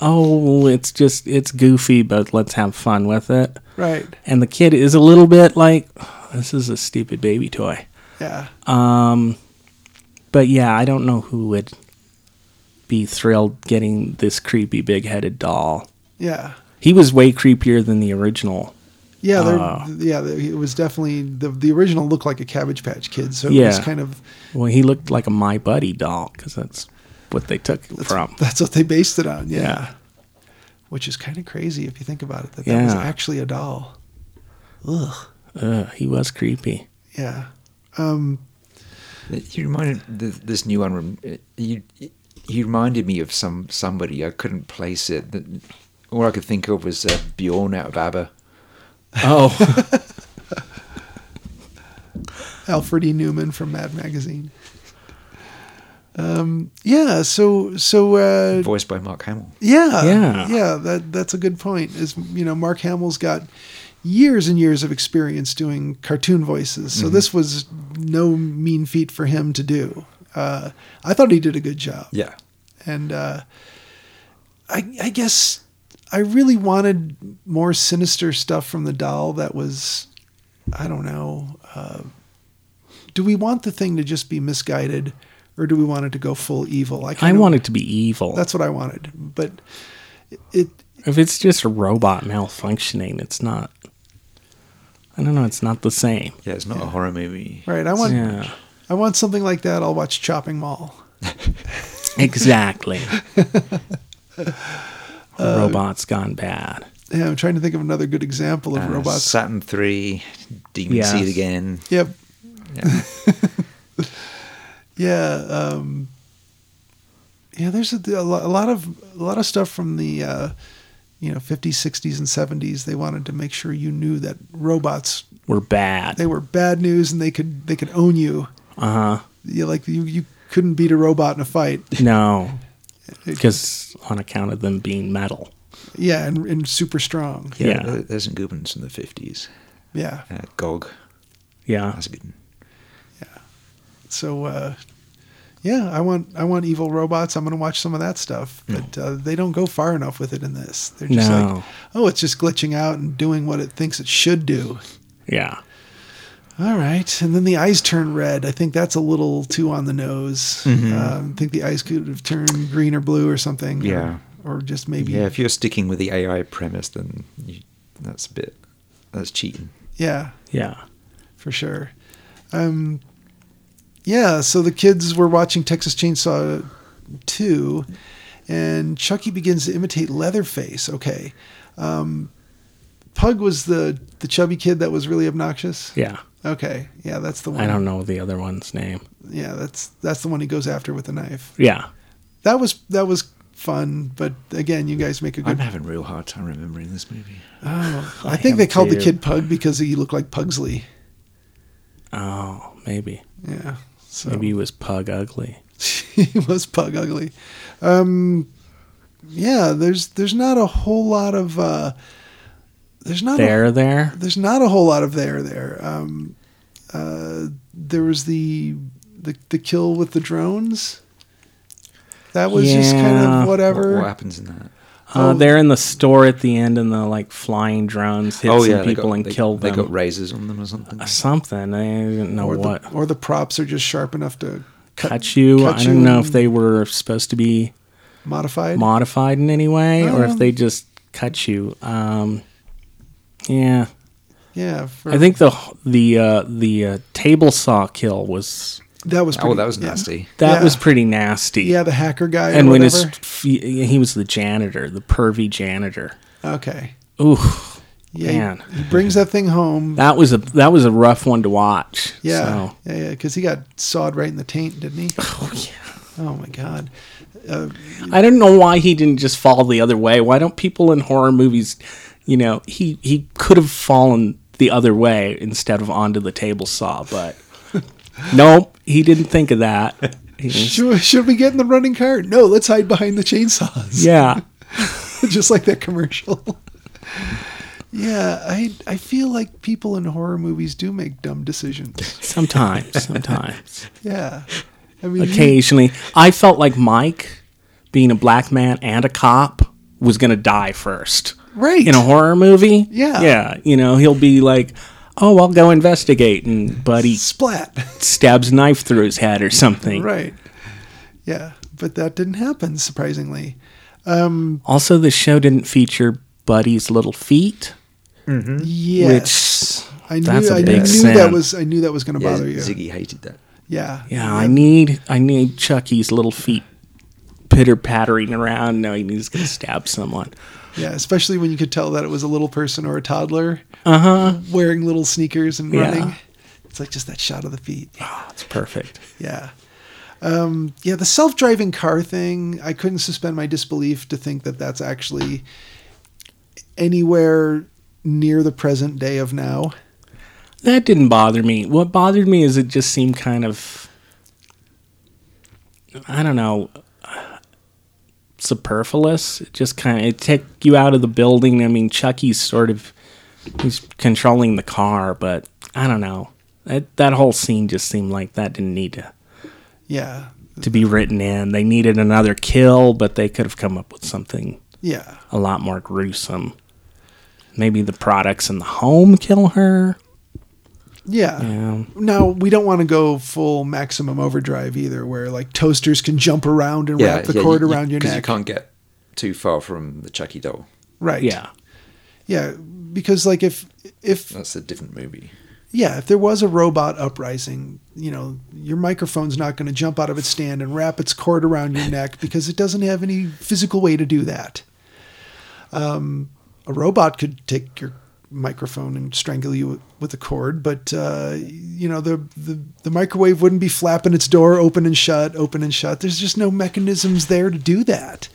S1: "Oh, it's just it's goofy, but let's have fun with it."
S2: Right.
S1: And the kid is a little bit like, "This is a stupid baby toy."
S2: Yeah.
S1: But yeah, I don't know who would be thrilled getting this creepy big-headed doll.
S2: Yeah.
S1: He was way creepier than the original.
S2: Yeah, they're,
S1: Ah.
S2: yeah. It was definitely the the original looked like a Cabbage Patch Kid, so it was
S1: Yeah.
S2: kind of
S1: Well, he looked like a My Buddy doll because that's what they took it from.
S2: that's what they based it on. yeah.
S1: Yeah.
S2: which is kind of crazy if you think about it that that was
S1: Yeah.
S2: actually a doll
S1: Ugh, he was creepy.
S2: yeah Um,
S3: You reminded th- this new one. rem- uh, You you reminded me of some somebody. I couldn't place it. The- All I could think of was uh, Bjorn out of ABBA.
S1: Oh,
S2: alfred e newman from mad magazine um yeah so so uh
S3: voiced by Mark Hamill.
S2: yeah
S1: Yeah.
S2: yeah that that's a good point is you know mark hamill's got years and years of experience doing cartoon voices
S1: Mm-hmm.
S2: so this was no mean feat for him to do uh i thought he did a good job
S3: Yeah,
S2: and uh, I, I guess I really wanted more sinister stuff from the doll. That was, I don't know. Uh, do we want the thing to just be misguided, or do we want it to go full evil?
S1: I
S2: kinda-
S1: wanted to be evil.
S2: That's what I wanted, but it.
S1: if it's just a robot malfunctioning, it's not. I don't know. It's not the same.
S3: yeah. It's not a horror movie.
S2: Right, I want.
S1: Yeah,
S2: I want something like that. I'll watch Chopping Mall.
S1: exactly.
S2: Uh,
S1: Robots gone bad.
S2: Yeah, I'm trying to think of another good example of
S3: Uh,
S2: robots.
S3: Saturn Three. Demon
S1: Yes.
S3: Seed again.
S2: yep.
S3: Yeah.
S2: Yeah, um, yeah. There's a, a, lo- a lot of a lot of stuff from the uh, you know 50s, 60s, and 70s. They wanted to make sure you knew that robots
S1: We're bad.
S2: they were bad news and they could they could own you.
S1: Uh huh.
S2: You like you you couldn't beat a robot in a fight.
S1: No, because on account of them being metal.
S2: Yeah, and, and super strong.
S3: yeah,
S1: Yeah.
S3: there- There's some good ones from the fifties.
S2: Yeah.
S3: Uh, Gog.
S1: Yeah.
S3: That's a good one.
S2: So uh, yeah, I want I want evil robots. I'm going to watch some of that stuff,
S3: Hmm.
S2: but uh, they don't go far enough with it in this. They're just like,
S1: No.
S2: oh, it's just glitching out and doing what it thinks it should do.
S1: Yeah.
S2: All right, and then the eyes turn red. I think that's a little too on the nose.
S3: Mm-hmm.
S2: Um, I think the eyes could have turned green or blue or something. or-
S3: Yeah.
S2: or, just maybe.
S3: Yeah, if you're sticking with the AI premise, then you, that's a bit that's cheating.
S2: Yeah,
S1: Yeah.
S2: for sure. Um, yeah, so the kids were watching Texas Chainsaw Two, and Chucky begins to imitate Leatherface. Okay, um, Pug was the the chubby kid that was really obnoxious.
S1: Yeah.
S2: Okay, yeah, that's the one.
S1: I don't know the other one's name.
S2: Yeah, that's that's the one he goes after with the knife.
S1: Yeah.
S2: that was that was fun but again you guys make a
S3: I'm
S2: good
S3: having a real hard time remembering this movie.
S2: oh, i
S1: I
S2: think they
S1: am
S2: called the
S1: too.
S2: kid pug because he looked like pugsley
S1: Oh, maybe.
S2: yeah so
S1: Maybe he was pug ugly.
S2: he was pug ugly um yeah there's there's not a whole lot of uh there's not a
S1: There, there.
S2: there's not a whole lot of there there. Um, uh, there was the, the the kill with the drones. That was just kind
S1: Yeah.
S2: of
S3: What,
S2: whatever.
S3: what happens in that?
S2: Oh.
S1: Uh, they're in the store at the end, and the like flying drones hit some
S3: Oh, they
S1: people
S3: got-
S1: and
S3: they,
S1: kill them. Uh,
S3: They got razors on them or something.
S1: Something I didn't know
S2: or
S1: what
S2: the or the props are just sharp enough to
S1: cut you.
S2: cut
S1: I
S2: you
S1: don't know if
S2: and-
S1: they were supposed to be
S2: modified.
S1: modified in any way, or if
S2: Um,
S1: they just cut you. Um, yeah,
S2: yeah, for,
S1: I think the the uh, the uh, table saw kill was
S2: that was pretty,
S3: oh, that was
S2: yeah.
S3: nasty.
S1: that
S2: Yeah.
S1: was pretty nasty.
S2: Yeah, the hacker guy.
S1: and
S2: or
S1: when his
S2: whatever.
S1: f- he was the janitor, the pervy janitor.
S2: okay,
S1: Ooh,
S2: yeah, he-
S1: Man.
S2: he brings that thing home.
S1: that was a that was a rough one to watch.
S2: Yeah,
S1: so.
S2: yeah, yeah, because he got sawed right in the taint, didn't he? Oh yeah. Oh my god. Uh,
S1: I don't know why he didn't just fall the other way. Why don't people in horror movies, you know, he he could have fallen the other way instead of onto the table saw, but nope, he didn't think of that. He was-
S2: should, should we get in the running car? No, let's hide behind the chainsaws.
S1: yeah,
S2: just like that commercial. yeah, I I feel like people in horror movies do make dumb decisions.
S1: sometimes, sometimes,
S2: Yeah. I mean, you-
S1: occasionally. I felt like Mike, being a black man and a cop, was gonna die first.
S2: Right.
S1: in a horror movie.
S2: Yeah.
S1: yeah, you know, he'll be like, "Oh, I'll go investigate," and buddy
S2: splat.
S1: stabs knife through his head or something.
S2: right. Yeah, but that didn't happen surprisingly.
S1: Also, the show didn't feature Buddy's little feet,
S2: Yes.
S1: Hmm? which
S2: I knew
S1: that's a
S2: I
S1: big
S2: knew
S1: sin.
S2: that was I knew that was going to
S3: Yeah,
S2: bother you.
S3: Ziggy hated that.
S2: Yeah.
S1: yeah, I need I need Chucky's little feet pitter pattering around, knowing he's gonna stab someone.
S2: Yeah, especially when you could tell that it was a little person or a toddler
S3: Uh-huh.
S2: wearing little sneakers and
S1: Yeah.
S2: running. It's like just that shot of the feet.
S1: That's Oh, perfect.
S2: Yeah. Um, yeah, the self driving car thing, I couldn't suspend my disbelief to think that that's actually anywhere near the present day of now.
S1: That didn't bother me. What bothered me is it just seemed kind of I don't know superfluous. It just kind of it took you out of the building. I mean, Chucky's sort of he's controlling the car, but I don't know. That that whole scene just seemed like that didn't need to
S2: Yeah.
S1: to be written in. They needed another kill, but they could have come up with something
S2: Yeah.
S1: a lot more gruesome. Maybe the products in the home kill her. Um,
S2: Yeah.
S1: Yeah.
S2: Now, we don't want to go full maximum overdrive either, where like toasters can jump around and
S3: Yeah,
S2: wrap the
S3: yeah,
S2: cord
S3: you- you-
S2: around your
S3: 'cause
S2: neck.
S3: You can't get too far from the Chucky doll.
S2: Right.
S1: Yeah.
S2: Yeah. Because like if, if,
S3: That's a different movie.
S2: yeah, if there was a robot uprising, you know, your microphone's not going to jump out of its stand and wrap its cord around your neck because it doesn't have any physical way to do that. Um, a robot could take your microphone and strangle you with a cord, but uh, you know the, the the microwave wouldn't be flapping its door open and shut, open and shut. There's just no mechanisms there to do that,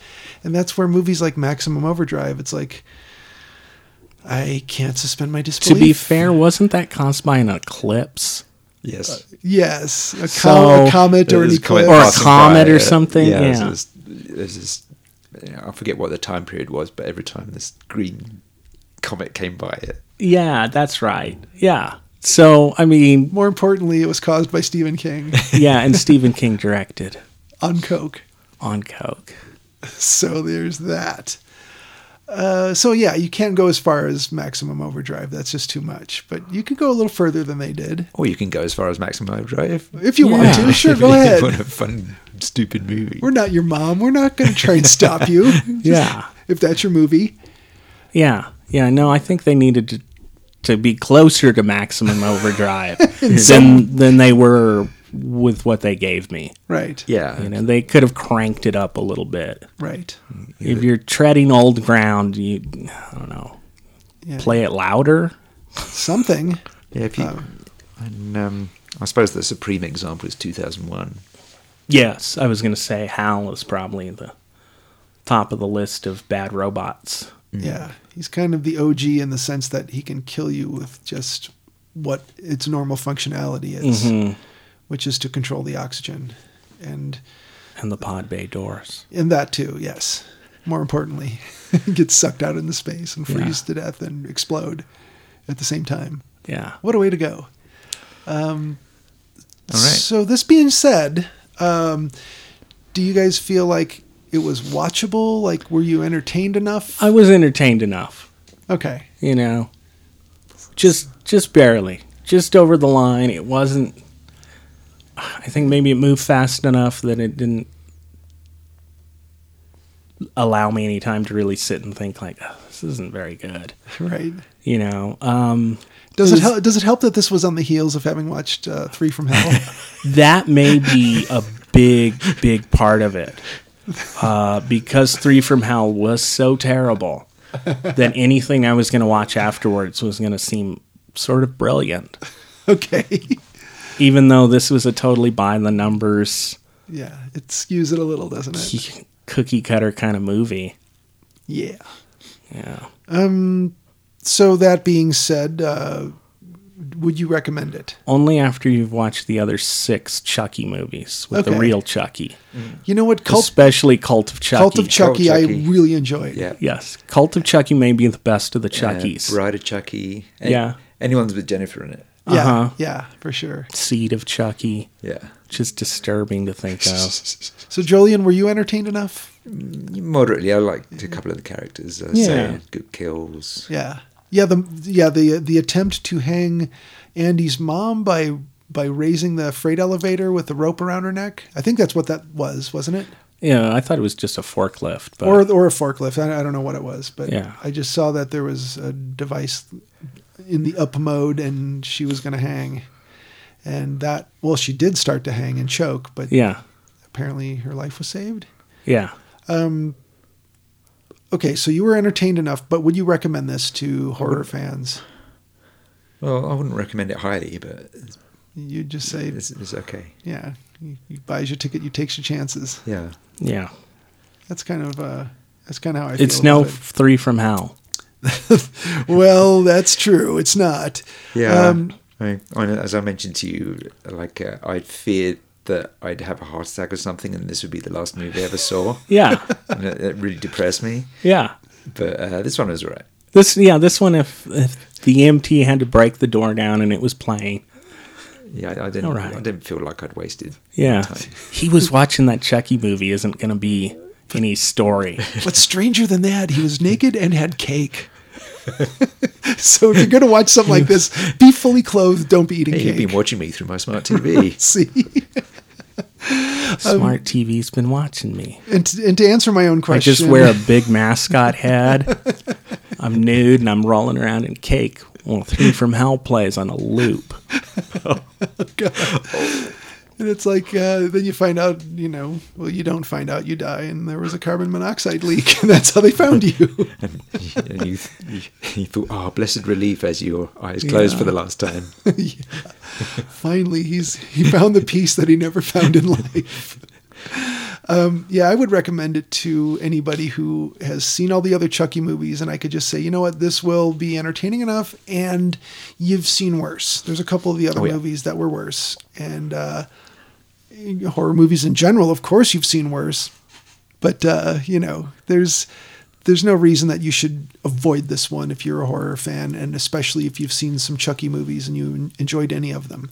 S2: and that's where movies like Maximum Overdrive, it's like. I can't suspend my
S1: To
S2: disbelief.
S1: be fair, wasn't that caused by an eclipse
S3: Yes.
S2: Uh, Yes, a, com-
S1: So-
S2: a comet
S3: It
S2: or an
S3: was quite
S2: eclipse.
S1: Or a
S3: passing
S1: comet or
S3: uh,
S1: something,
S3: there's
S1: yeah.
S3: this- there's this- you know, I forget what the time period was, but every time this green comet came by, it
S1: Yeah, that's right. Yeah. So, I mean,
S2: More importantly, it was caused by Stephen King
S1: yeah, and Stephen King directed
S2: on coke.
S1: on Coke.
S2: So there's that. Uh, so yeah, you can't go as far as maximum overdrive. That's just too much. But you could go a little further than they did
S3: or oh, you can go as far as Maximum Overdrive.
S2: if you want
S1: Yeah.
S2: to. Sure,
S3: If
S2: go
S3: you
S2: ahead.
S3: Want a fun, stupid movie?
S2: We're not your mom. We're not going to try and stop you. Just-
S1: Yeah.
S2: if that's your movie.
S1: Yeah. Yeah. No, I think they needed to, to be closer to maximum overdrive than, than they were with what they gave me.
S2: Right.
S3: yeah,
S1: You know, they could have cranked it up a little bit.
S2: Right.
S1: If you're treading old ground, you, I don't know,
S2: Yeah.
S1: play it louder.
S2: Something.
S3: yeah. If you, and um, I suppose the supreme example is 2001.
S1: Yes, I was going to say Hal is probably the top of the list of bad robots.
S3: Mm.
S2: Yeah. He's kind of the OG in the sense that he can kill you with just what its normal functionality is,
S3: Mm-hmm.
S2: which is to control the oxygen. And
S1: and the pod bay doors.
S2: in that too, yes. More importantly, gets sucked out into space and freeze to death and explode at the same time.
S1: Yeah.
S2: What a way to go. Um,
S3: All right.
S2: So this being said, um, do you guys feel like it was watchable? Like were you entertained enough?
S1: I was entertained enough,
S2: okay.
S1: you know. Just just barely. Just over the line. It wasn't I think maybe it moved fast enough that it didn't allow me any time to really sit and think like oh, this isn't very good.
S2: Right.
S1: You know, um,
S2: Does it,
S1: It was-
S2: help? Does it help that this was on the heels of having watched uh, Three from Hell?
S1: that may be a big, big part of it. Uh, because Three from Hell was so terrible that anything I was going to watch afterwards was going to seem sort of brilliant,
S2: okay.
S1: even though this was a totally by the numbers,
S2: Yeah, it skews it a little, doesn't it?
S1: cookie cutter kind of movie.
S2: Yeah.
S1: Yeah.
S2: So that being said, uh, would you recommend it?
S1: Only after you've watched the other six Chucky movies with the
S2: Okay.
S1: real Chucky,
S2: You know what, Cult,
S1: especially Cult of Chucky.
S2: Cult of Chucky,
S3: Cult
S2: I
S3: Chucky.
S2: really enjoyed.
S3: Yeah.
S1: Yes, Cult of Chucky may be the best of the
S3: Uh,
S1: Chuckies.
S3: Bride of Chucky. Any-
S1: Yeah.
S3: Anyone's with Jennifer in it.
S2: yeah,
S1: Uh-huh.
S2: yeah, for sure.
S1: Seed of Chucky.
S3: Yeah.
S1: Just disturbing to think of.
S2: So Jolien, were you entertained enough?
S3: Moderately, I liked a couple of the characters. Uh,
S1: Yeah.
S3: Sarah, good kills.
S2: Yeah, yeah. The yeah the the attempt to hang Andy's mom by by raising the freight elevator with the rope around her neck. I think that's what that was, wasn't it?
S1: Yeah, I thought it was just a forklift, but
S2: or or a forklift. I, I don't know what it was, but
S1: Yeah.
S2: I just saw that there was a device in the up mode, and she was going to hang, and that well, she did start to hang and choke, but
S1: yeah,
S2: apparently her life was saved.
S1: yeah.
S2: Okay, so you were entertained enough, but would you recommend this to horror fans?
S3: Well, I wouldn't recommend it highly, but it's,
S2: You'd just say,
S3: it's, it's okay.
S2: yeah, you, you buys your ticket, you takes your chances.
S3: Yeah.
S1: Yeah,
S2: That's kind of uh, that's kind of how I feel.
S1: it's no
S2: about it.
S1: three from hell.
S2: well, that's true. It's not.
S3: Yeah.
S2: Um,
S3: I mean, I know- as I mentioned to you, like uh, I feared that I'd have a heart attack or something, and this would be the last movie I ever saw.
S1: Yeah,
S3: and it, it really depressed me.
S1: yeah.
S3: But uh, this one was alright.
S1: This, yeah, this one. If, if the EMT had to break the door down and it was playing,
S3: Yeah, I, I didn't.
S1: All right.
S3: I didn't feel like I'd wasted.
S1: yeah,
S3: Time.
S1: he was watching that Chucky movie. Isn't going to be any story.
S2: But stranger than that, he was naked and had cake. so if you're going to watch something like this, be fully clothed. Don't be eating
S3: Hey, you've
S2: cake.
S3: been watching me through my smart TV.
S2: See, Um,
S1: Smart TV's been watching me.
S2: and to, and to answer my own
S1: I
S2: question,
S1: just wear a big mascot hat. I'm nude and I'm rolling around in cake. Well, three from hell plays on a loop.
S2: and it's like uh, then you find out, you know, well, you don't find out, you die, and there was a carbon monoxide leak, and that's how they found you.
S3: and you, you, you thought, oh, blessed relief as your eyes closed for the last time.
S2: Finally, he's he found the peace that he never found in life. Um, yeah, I would recommend it to anybody who has seen all the other Chucky movies, and I could just say, you know what, this will be entertaining enough, and you've seen worse. There's a couple of the other
S3: Oh, yeah.
S2: movies that were worse, and uh, horror movies in general, of course, you've seen worse, but uh, you know, there's there's no reason that you should avoid this one if you're a horror fan, and especially if you've seen some Chucky movies and you en- enjoyed any of them.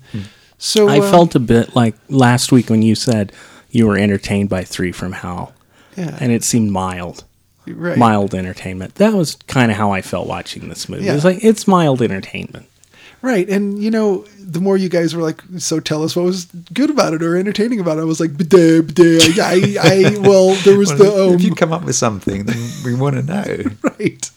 S2: So
S1: I
S2: uh,
S1: felt a bit like last week when you said you were entertained by Three from Hell,
S2: yeah,
S1: and it seemed mild,
S2: right.
S1: mild entertainment. That was kind of how I felt watching this movie. It's
S2: Yeah.
S1: like it's mild entertainment.
S2: Right. And, you know, the more you guys were like, so tell us what was good about it or entertaining about it, I was like, "Bdah, bdah, I, I, well, there was the,
S3: Well,
S2: um,
S3: if you come up with something, then we want to know.
S2: right.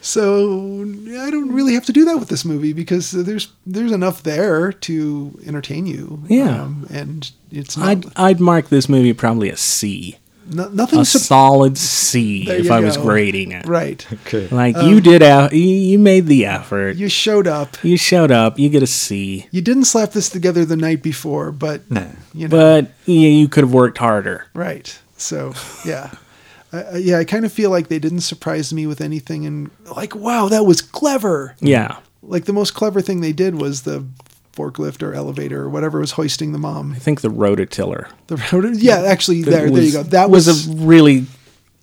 S2: So I don't really have to do that with this movie because there's, there's enough there to entertain you. um,
S1: Yeah.
S2: and it's not,
S1: I'd I'd mark this movie probably a C,
S2: no-
S1: a
S2: nothing. sup-
S1: solid C
S2: There
S1: if
S2: you
S1: I was
S2: go.
S1: grading it.
S2: right. Um,
S3: Okay.
S1: Like you did, out, you, you made the effort.
S2: You showed up.
S1: You showed up. You get a C,
S2: You didn't slap this together the night before, but,
S3: No.
S2: you know.
S1: but yeah, you could have worked harder.
S2: Right. So yeah, I, I- yeah. I kind of feel like they didn't surprise me with anything, and like, wow, that was clever.
S1: Yeah,
S2: Like the most clever thing they did was the forklift or elevator or whatever was hoisting the mom.
S1: I think the rototiller.
S2: The rotor- yeah, actually, there, there you
S1: was-
S2: go. That was,
S1: a really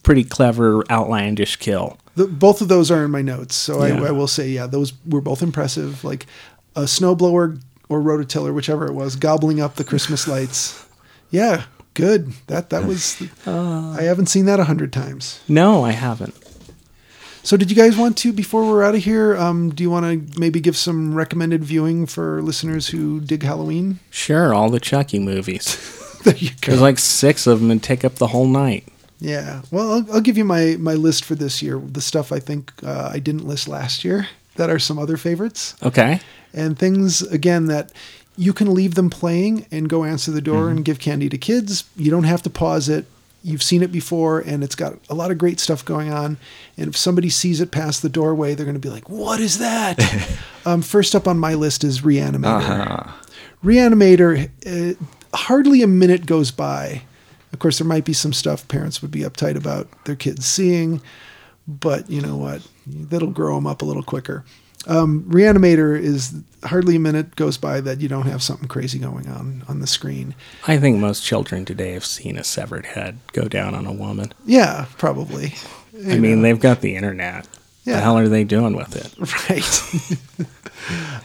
S1: pretty clever, outlandish kill.
S2: the, both of those are in my notes. So
S1: Yeah.
S2: I, I will say, yeah, those were both impressive. Like a snowblower or rototiller, whichever it was, gobbling up the Christmas lights. Yeah, good. That that was. I haven't seen that a hundred times.
S1: No, I haven't.
S2: So, did you guys want to, before we're out of here, um, do you want to maybe give some recommended viewing for listeners who dig Halloween?
S1: Sure, all the Chucky movies.
S2: There you
S1: There's
S2: go.
S1: like six of them and take up the whole night.
S2: Yeah. Well, I'll, I'll give you my, my list for this year. The stuff I think uh, I didn't list last year that are some other favorites
S1: Okay.
S2: and things again that you can leave them playing and go answer the door and give candy to kids. You don't have to pause it. You've seen it before and it's got a lot of great stuff going on. And if somebody sees it past the doorway, they're going to be like, "What is that?" um, first up on my list is Reanimator. Reanimator, uh, hardly a minute goes by. Of course, there might be some stuff parents would be uptight about their kids seeing, but you know what? That'll grow them up a little quicker. Um, Reanimator is hardly a minute goes by that you don't have something crazy going on on the screen.
S1: I think most children today have seen a severed head go down on a woman.
S2: Yeah, probably.
S1: I mean, they've got the internet.
S2: Yeah.
S1: The hell are they doing with it?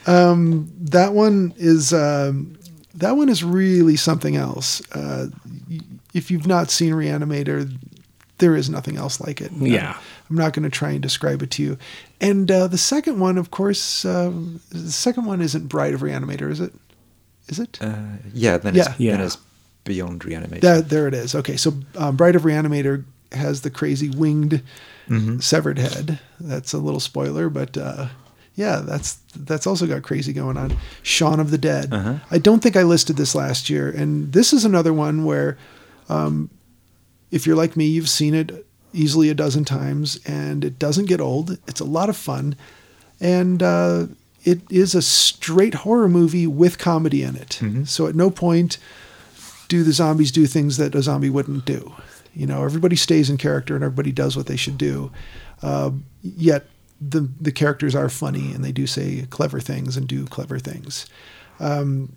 S2: Right. um, that one is um, that one is really something else. Uh, y- if you've not seen Reanimator, there is nothing else like it.
S1: Yeah.
S2: I'm not going to try and describe it to you. And uh, the second one, of course, um, the second one isn't Bride of Reanimator, is it? Is it?
S3: Uh, yeah, then
S2: Yeah.
S3: it's
S1: Yeah.
S3: then it's beyond reanimation.
S2: That, there it is. Okay, so um, Bride of Reanimator has the crazy winged severed head. That's a little spoiler, but uh, yeah, that's that's also got crazy going on. Shaun of the Dead. I don't think I listed this last year, and this is another one where, um, if you're like me, you've seen it easily a dozen times, and it doesn't get old. It's a lot of fun, and uh, it is a straight horror movie with comedy in it. So at no point do the zombies do things that a zombie wouldn't do. You know, everybody stays in character and everybody does what they should do. Uh, yet the the characters are funny and they do say clever things and do clever things. Um,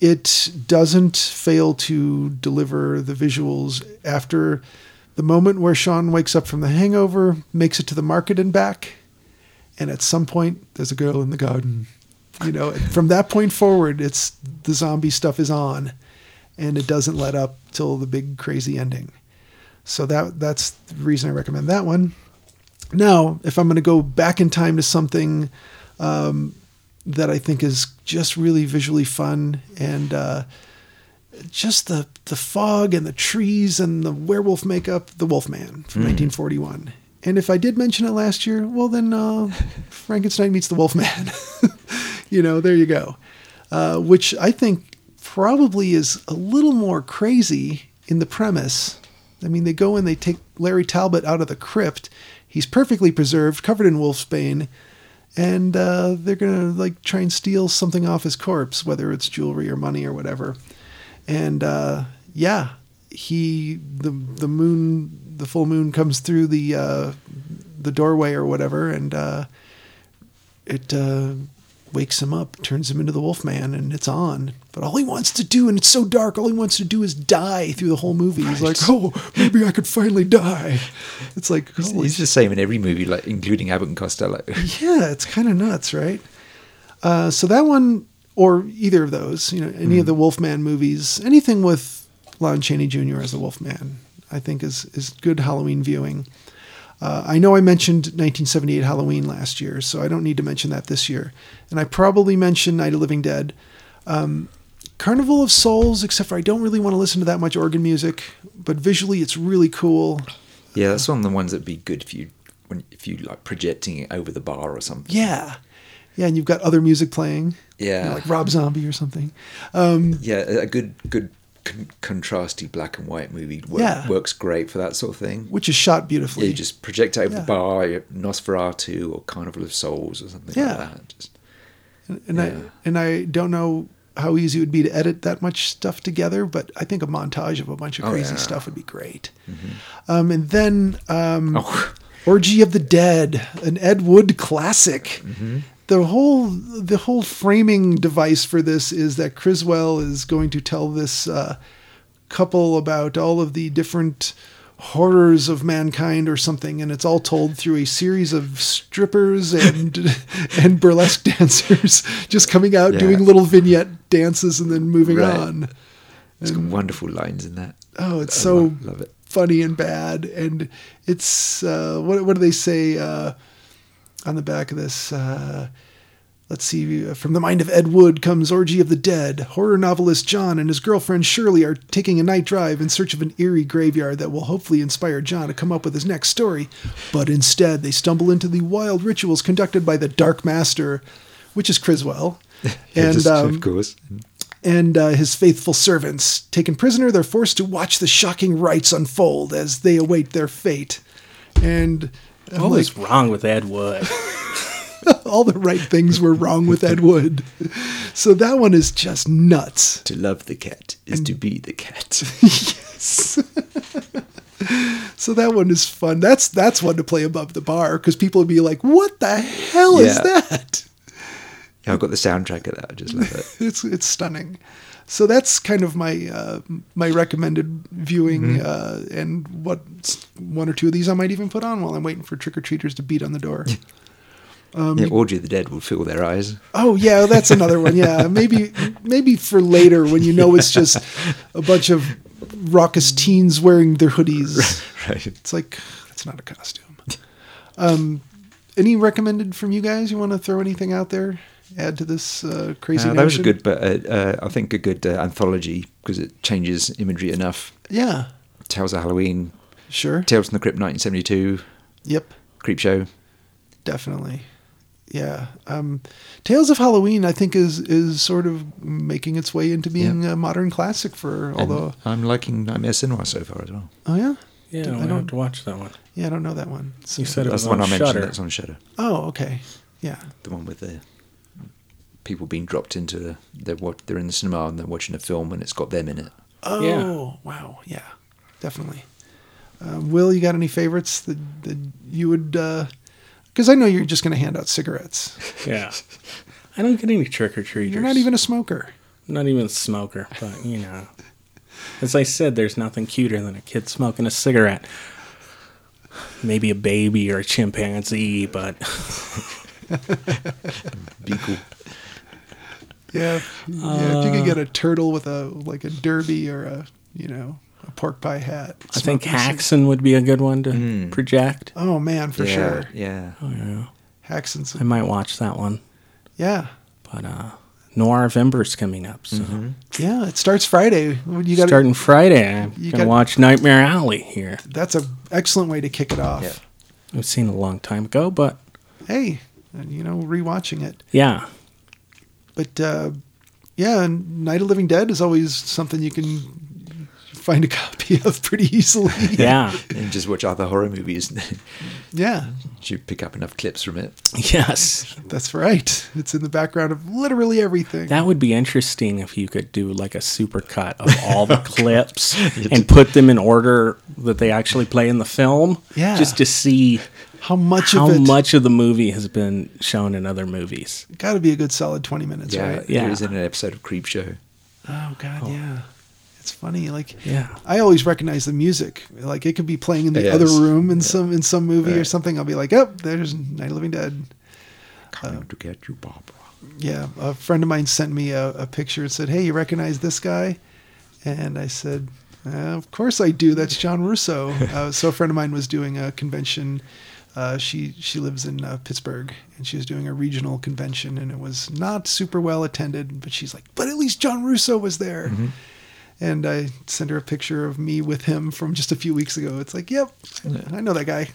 S2: it doesn't fail to deliver the visuals after the moment where Sean wakes up from the hangover, makes it to the market and back, and at some point there's a girl in the garden. You know, from that point forward, it's the zombie stuff is on and it doesn't let up till the big crazy ending. So that that's the reason I recommend that one. Now, if I'm going to go back in time to something um, that I think is just really visually fun and uh, just the the fog and the trees and the werewolf makeup, The Wolfman from 1941. And if I did mention it last year, well then uh, Frankenstein meets the Wolfman. you know, there you go. Uh, which I think probably is a little more crazy in the premise. I mean, they go and they take Larry Talbot out of the crypt. He's perfectly preserved, covered in wolfsbane, and uh, they're gonna like try and steal something off his corpse, whether it's jewelry or money or whatever. And uh, yeah, he the the moon the full moon comes through the uh, the doorway or whatever, and uh, it uh, wakes him up, turns him into the Wolfman, and it's on. But all he wants to do, and it's so dark, all he wants to do is die through the whole movie. He's like, oh, maybe I could finally die. It's like, holy
S3: It's the same in every movie, like including Abbott and Costello.
S2: yeah, it's kind of nuts, right? Uh, so that one, or either of those, you know, any of the Wolfman movies, anything with Lon Chaney Jr. as the Wolfman, I think is is good Halloween viewing. Uh, I know I mentioned 1978 Halloween last year, so I don't need to mention that this year. And I probably mentioned Night of Living Dead. Um, Carnival of Souls, except for I don't really want to listen to that much organ music, but visually it's really cool.
S3: yeah, that's one of the ones that'd be good if you when if you like projecting it over the bar or something.
S2: Yeah. Yeah, and you've got other music playing. you know,
S3: Yeah.
S2: like Rob Zombie or something. Mm.
S3: Yeah, a a good good con- contrasty black and white movie work,
S2: Yeah.
S3: works great for that sort of thing.
S2: which is shot
S3: Yeah,
S2: beautifully.
S3: you just project it over
S2: Yeah.
S3: the bar, you- Nosferatu or Carnival of Souls or something
S2: Yeah.
S3: like that. Just,
S2: and
S3: yeah.
S2: I and I don't know how easy it would be to edit that much stuff together, but I think a montage of a bunch of
S3: Oh,
S2: crazy
S3: yeah. Mm-hmm.
S2: stuff would be great. Um, and then um,
S3: oh,
S2: Orgy of the Dead, an Ed Wood classic. The whole the whole framing device for this is that Criswell is going to tell this uh, couple about all of the different horrors of mankind or something, and it's all told through a series of strippers and and burlesque dancers just coming out
S3: Yeah.
S2: doing little vignette dances and then moving
S3: Right.
S2: on.
S3: it's got
S2: Mm.
S3: wonderful lines in that.
S2: Oh, it's
S3: I
S2: so
S3: love- love it.
S2: funny and bad, and it's uh, what what do they say uh, on the back of this? Uh, Let's see, uh, from the mind of Ed Wood comes Orgy of the Dead. Horror novelist John and his girlfriend Shirley are taking a night drive in search of an eerie graveyard that will hopefully inspire John to come up with his next story. But instead, they stumble into the wild rituals conducted by the Dark Master, which is Criswell. and
S3: Just-
S2: um,
S3: of course.
S2: and uh, his faithful servants. Taken prisoner, they're forced to watch the shocking rites unfold as they await their fate. And I'm
S1: What
S2: like,
S1: was wrong with Ed Wood?
S2: all the right things were wrong with Ed Wood. So that one is just nuts.
S4: To love the cat is
S2: Mm.
S4: to be the cat.
S2: So that one is fun. That's that's one to play above the bar because people would be like, "What the hell is
S3: Yeah.
S2: that?"
S3: Yeah, I've got the soundtrack of that. I just love it.
S2: It's it's stunning. So that's kind of my uh, my recommended viewing, uh, and what one or two of these I might even put on while I'm waiting for trick or treaters to beat on the door. Um,
S3: yeah, Orgy of the Dead will fill their eyes.
S2: Oh yeah, that's another one. Yeah, maybe maybe for later when you know it's just a bunch of raucous teens wearing their hoodies.
S3: Right.
S2: It's like that's not a costume. Um, any recommended from you guys? You want to throw anything out there? Add to this uh, crazy.
S3: Uh, that was a
S2: notion?
S3: good, but uh, uh, I think a good uh, anthology because it changes imagery enough.
S2: Yeah,
S3: Tales of Halloween,
S2: sure.
S3: Tales from the Crypt 1972,
S2: Yep,
S3: Creep Show.
S2: definitely. Yeah, um, Tales of Halloween I think is is sort of making its way into being a modern classic for although
S3: And I'm liking Nightmare Cinema so far as well.
S2: oh yeah
S1: Yeah,
S2: Did-
S1: we
S2: I
S1: have
S2: don't
S1: to watch that one.
S2: yeah I don't know that one so,
S1: You said it
S3: That's
S1: was
S3: the one
S1: on
S3: I mentioned.
S1: Shutter.
S3: That's on Shutter.
S2: oh okay yeah
S3: The one with the people being dropped into the they're what they're in the cinema and they're watching a film and it's got them in it.
S2: Oh,
S1: Yeah.
S2: wow. Yeah, definitely. Uh, Will, you got any favorites that, that you would? Because I know you're just going to hand out cigarettes.
S1: Yeah, I don't get any trick or treaters.
S2: You're not even a smoker.
S1: not even a smoker, but you know, as I said, there's nothing cuter than a kid smoking a cigarette. Maybe a baby or a chimpanzee, but
S3: Be cool.
S2: Yeah. yeah if
S1: Uh,
S2: you could get a turtle with a like a derby or a you know a pork pie hat.
S1: I think
S2: smoking a cig-
S1: Haxon would be a good one to project.
S2: Oh man, for
S3: yeah,
S2: sure.
S3: Yeah.
S1: Yeah,
S2: Hacks and
S1: I
S2: some.
S1: might watch that one.
S2: Yeah.
S1: But uh, Noir of Ember's coming up, so
S2: Mm-hmm. Yeah. It starts Friday. You got
S1: starting Friday, I'm
S2: You
S1: gonna
S2: gotta-
S1: watch Nightmare Alley here.
S2: That's an excellent way to kick it off.
S3: Yeah.
S1: I've seen it a long time ago, but
S2: Hey, and, you know, rewatching it.
S1: yeah,
S2: but uh, yeah, and Night of Living Dead is always something you can find a copy of pretty easily.
S1: yeah,
S3: And just watch other horror movies.
S2: yeah,
S3: you pick up enough clips from it.
S1: yes.
S2: that's right. It's in the background of literally everything.
S1: That would be interesting if you could do like a supercut of all the clips and put them in order that they actually play in the film.
S2: Yeah.
S1: Just to see
S2: how much
S1: how
S2: of it?
S1: much of the movie has been shown in other movies.
S2: Got to be a good solid twenty minutes, right?
S1: yeah.
S3: It was in an episode of Creep Show.
S2: Oh God, yeah. It's funny, like
S1: Yeah.
S2: I always recognize the music. Like it could be playing in the
S3: Yes.
S2: other room in some in some movie or
S3: Right.
S2: something. I'll be like, oh, there's Night of the Living Dead.
S3: Coming to get you, Barbara.
S2: Yeah, a friend of mine sent me a, a picture and said, "Hey, you recognize this guy?" And I said, uh, "Of course I do. That's John Russo." uh, so a friend of mine was doing a convention. Uh, she she lives in uh, Pittsburgh, and she was doing a regional convention, and it was not super well attended. But she's like, "But at least John Russo was there." And I sent her a picture of me with him from just a few weeks ago. It's like, "Yep, I know that guy."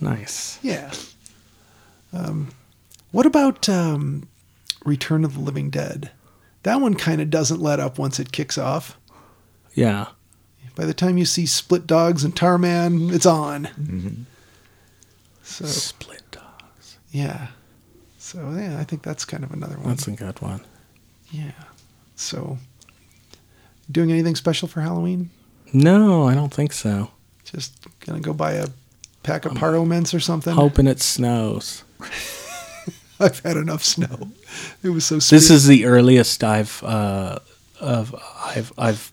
S1: Nice.
S2: Yeah. Um, what about um, Return of the Living Dead? That one kind of doesn't let up once it kicks off.
S1: Yeah.
S2: By the time you see Split Dogs and Tarman, it's on.
S1: Mm-hmm.
S2: So
S1: Split Dogs.
S2: yeah, so yeah, I think that's kind of another one.
S1: That's a good one.
S2: yeah. So doing anything special for Halloween?
S1: No, I don't think so.
S2: Just gonna go buy a pack
S1: Um,
S2: of Parliaments or something.
S1: Hoping it snows.
S2: I've had enough snow. It was so. Spooky.
S1: This is the earliest I've uh, of I've I've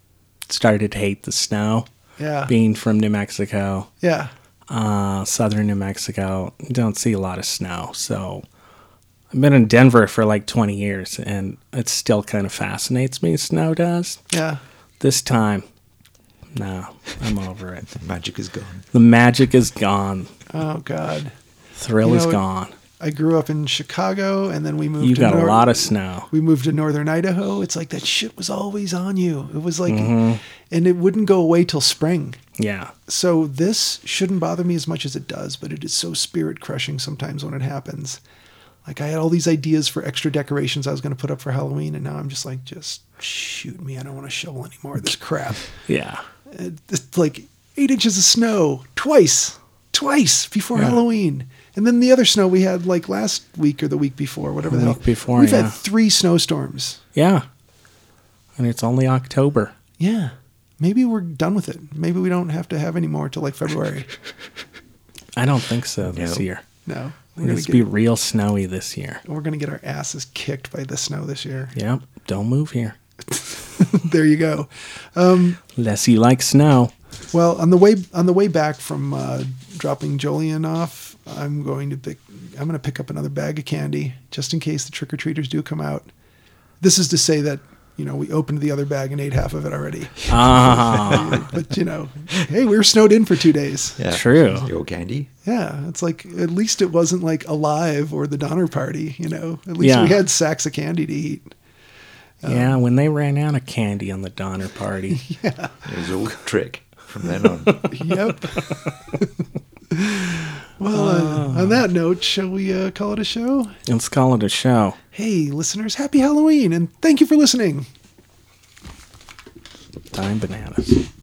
S1: started to hate the snow.
S2: yeah,
S1: Being from New Mexico.
S2: yeah.
S1: uh, southern New Mexico. Don't see a lot of snow. So I've been in Denver for like 20 years and it still kind of fascinates me. Snow does.
S2: Yeah.
S1: This time, no, I'm over it.
S3: Magic is gone.
S1: The magic is gone,
S2: Oh God.
S1: thrill
S2: You
S1: is
S2: know,
S1: gone.
S2: I grew up in Chicago, and then we moved.
S1: You
S2: to
S1: got a
S2: Nor-
S1: lot of snow.
S2: We moved to northern Idaho. It's like that shit was always on you. It was like,
S1: Mm-hmm.
S2: and it wouldn't go away till spring.
S1: Yeah.
S2: So this shouldn't bother me as much as it does, but it is so spirit crushing sometimes when it happens. Like I had all these ideas for extra decorations I was going to put up for Halloween, and now I'm just like, just shoot me! I don't want to shovel any more of this crap.
S1: Yeah.
S2: Uh, It's like eight inches of snow twice, twice before Halloween, and then the other snow we had like last week or the week before, whatever the,
S1: The
S2: hell.
S1: week before,
S2: We've
S1: yeah.
S2: had three snowstorms.
S1: Yeah. And it's only October.
S2: Yeah, maybe we're done with it. Maybe we don't have to have any more till like February.
S1: I don't think so this
S3: No.
S1: year.
S2: no,
S1: I
S2: we're
S1: think
S2: gonna
S1: it's
S2: get-
S1: be real snowy this year.
S2: We're gonna get our asses kicked by the snow this year.
S1: Yep. Don't move here.
S2: there you go.
S1: Unless you like snow.
S2: Well, on the way on the way back from uh, dropping Jolien off, I'm going to pick. I'm going to pick up another bag of candy just in case the trick or treaters do come out. This is to say that you know we opened the other bag and ate half of it already.
S1: Ah,
S2: but you know, hey, we were snowed in for two days. Yeah.
S1: true.
S3: Your candy.
S2: it's like at least it wasn't like alive or the Donner Party. You know, at least
S1: Yeah.
S2: we had sacks of candy to eat.
S1: yeah, when they ran out of candy on the Donner Party.
S3: It was all trick from then on.
S2: Yep. well,
S1: Ah.
S2: uh, on that note, shall we uh, call it a show?
S1: Let's call it a show.
S2: Hey, listeners, happy Halloween and thank you for listening.
S1: Time bananas.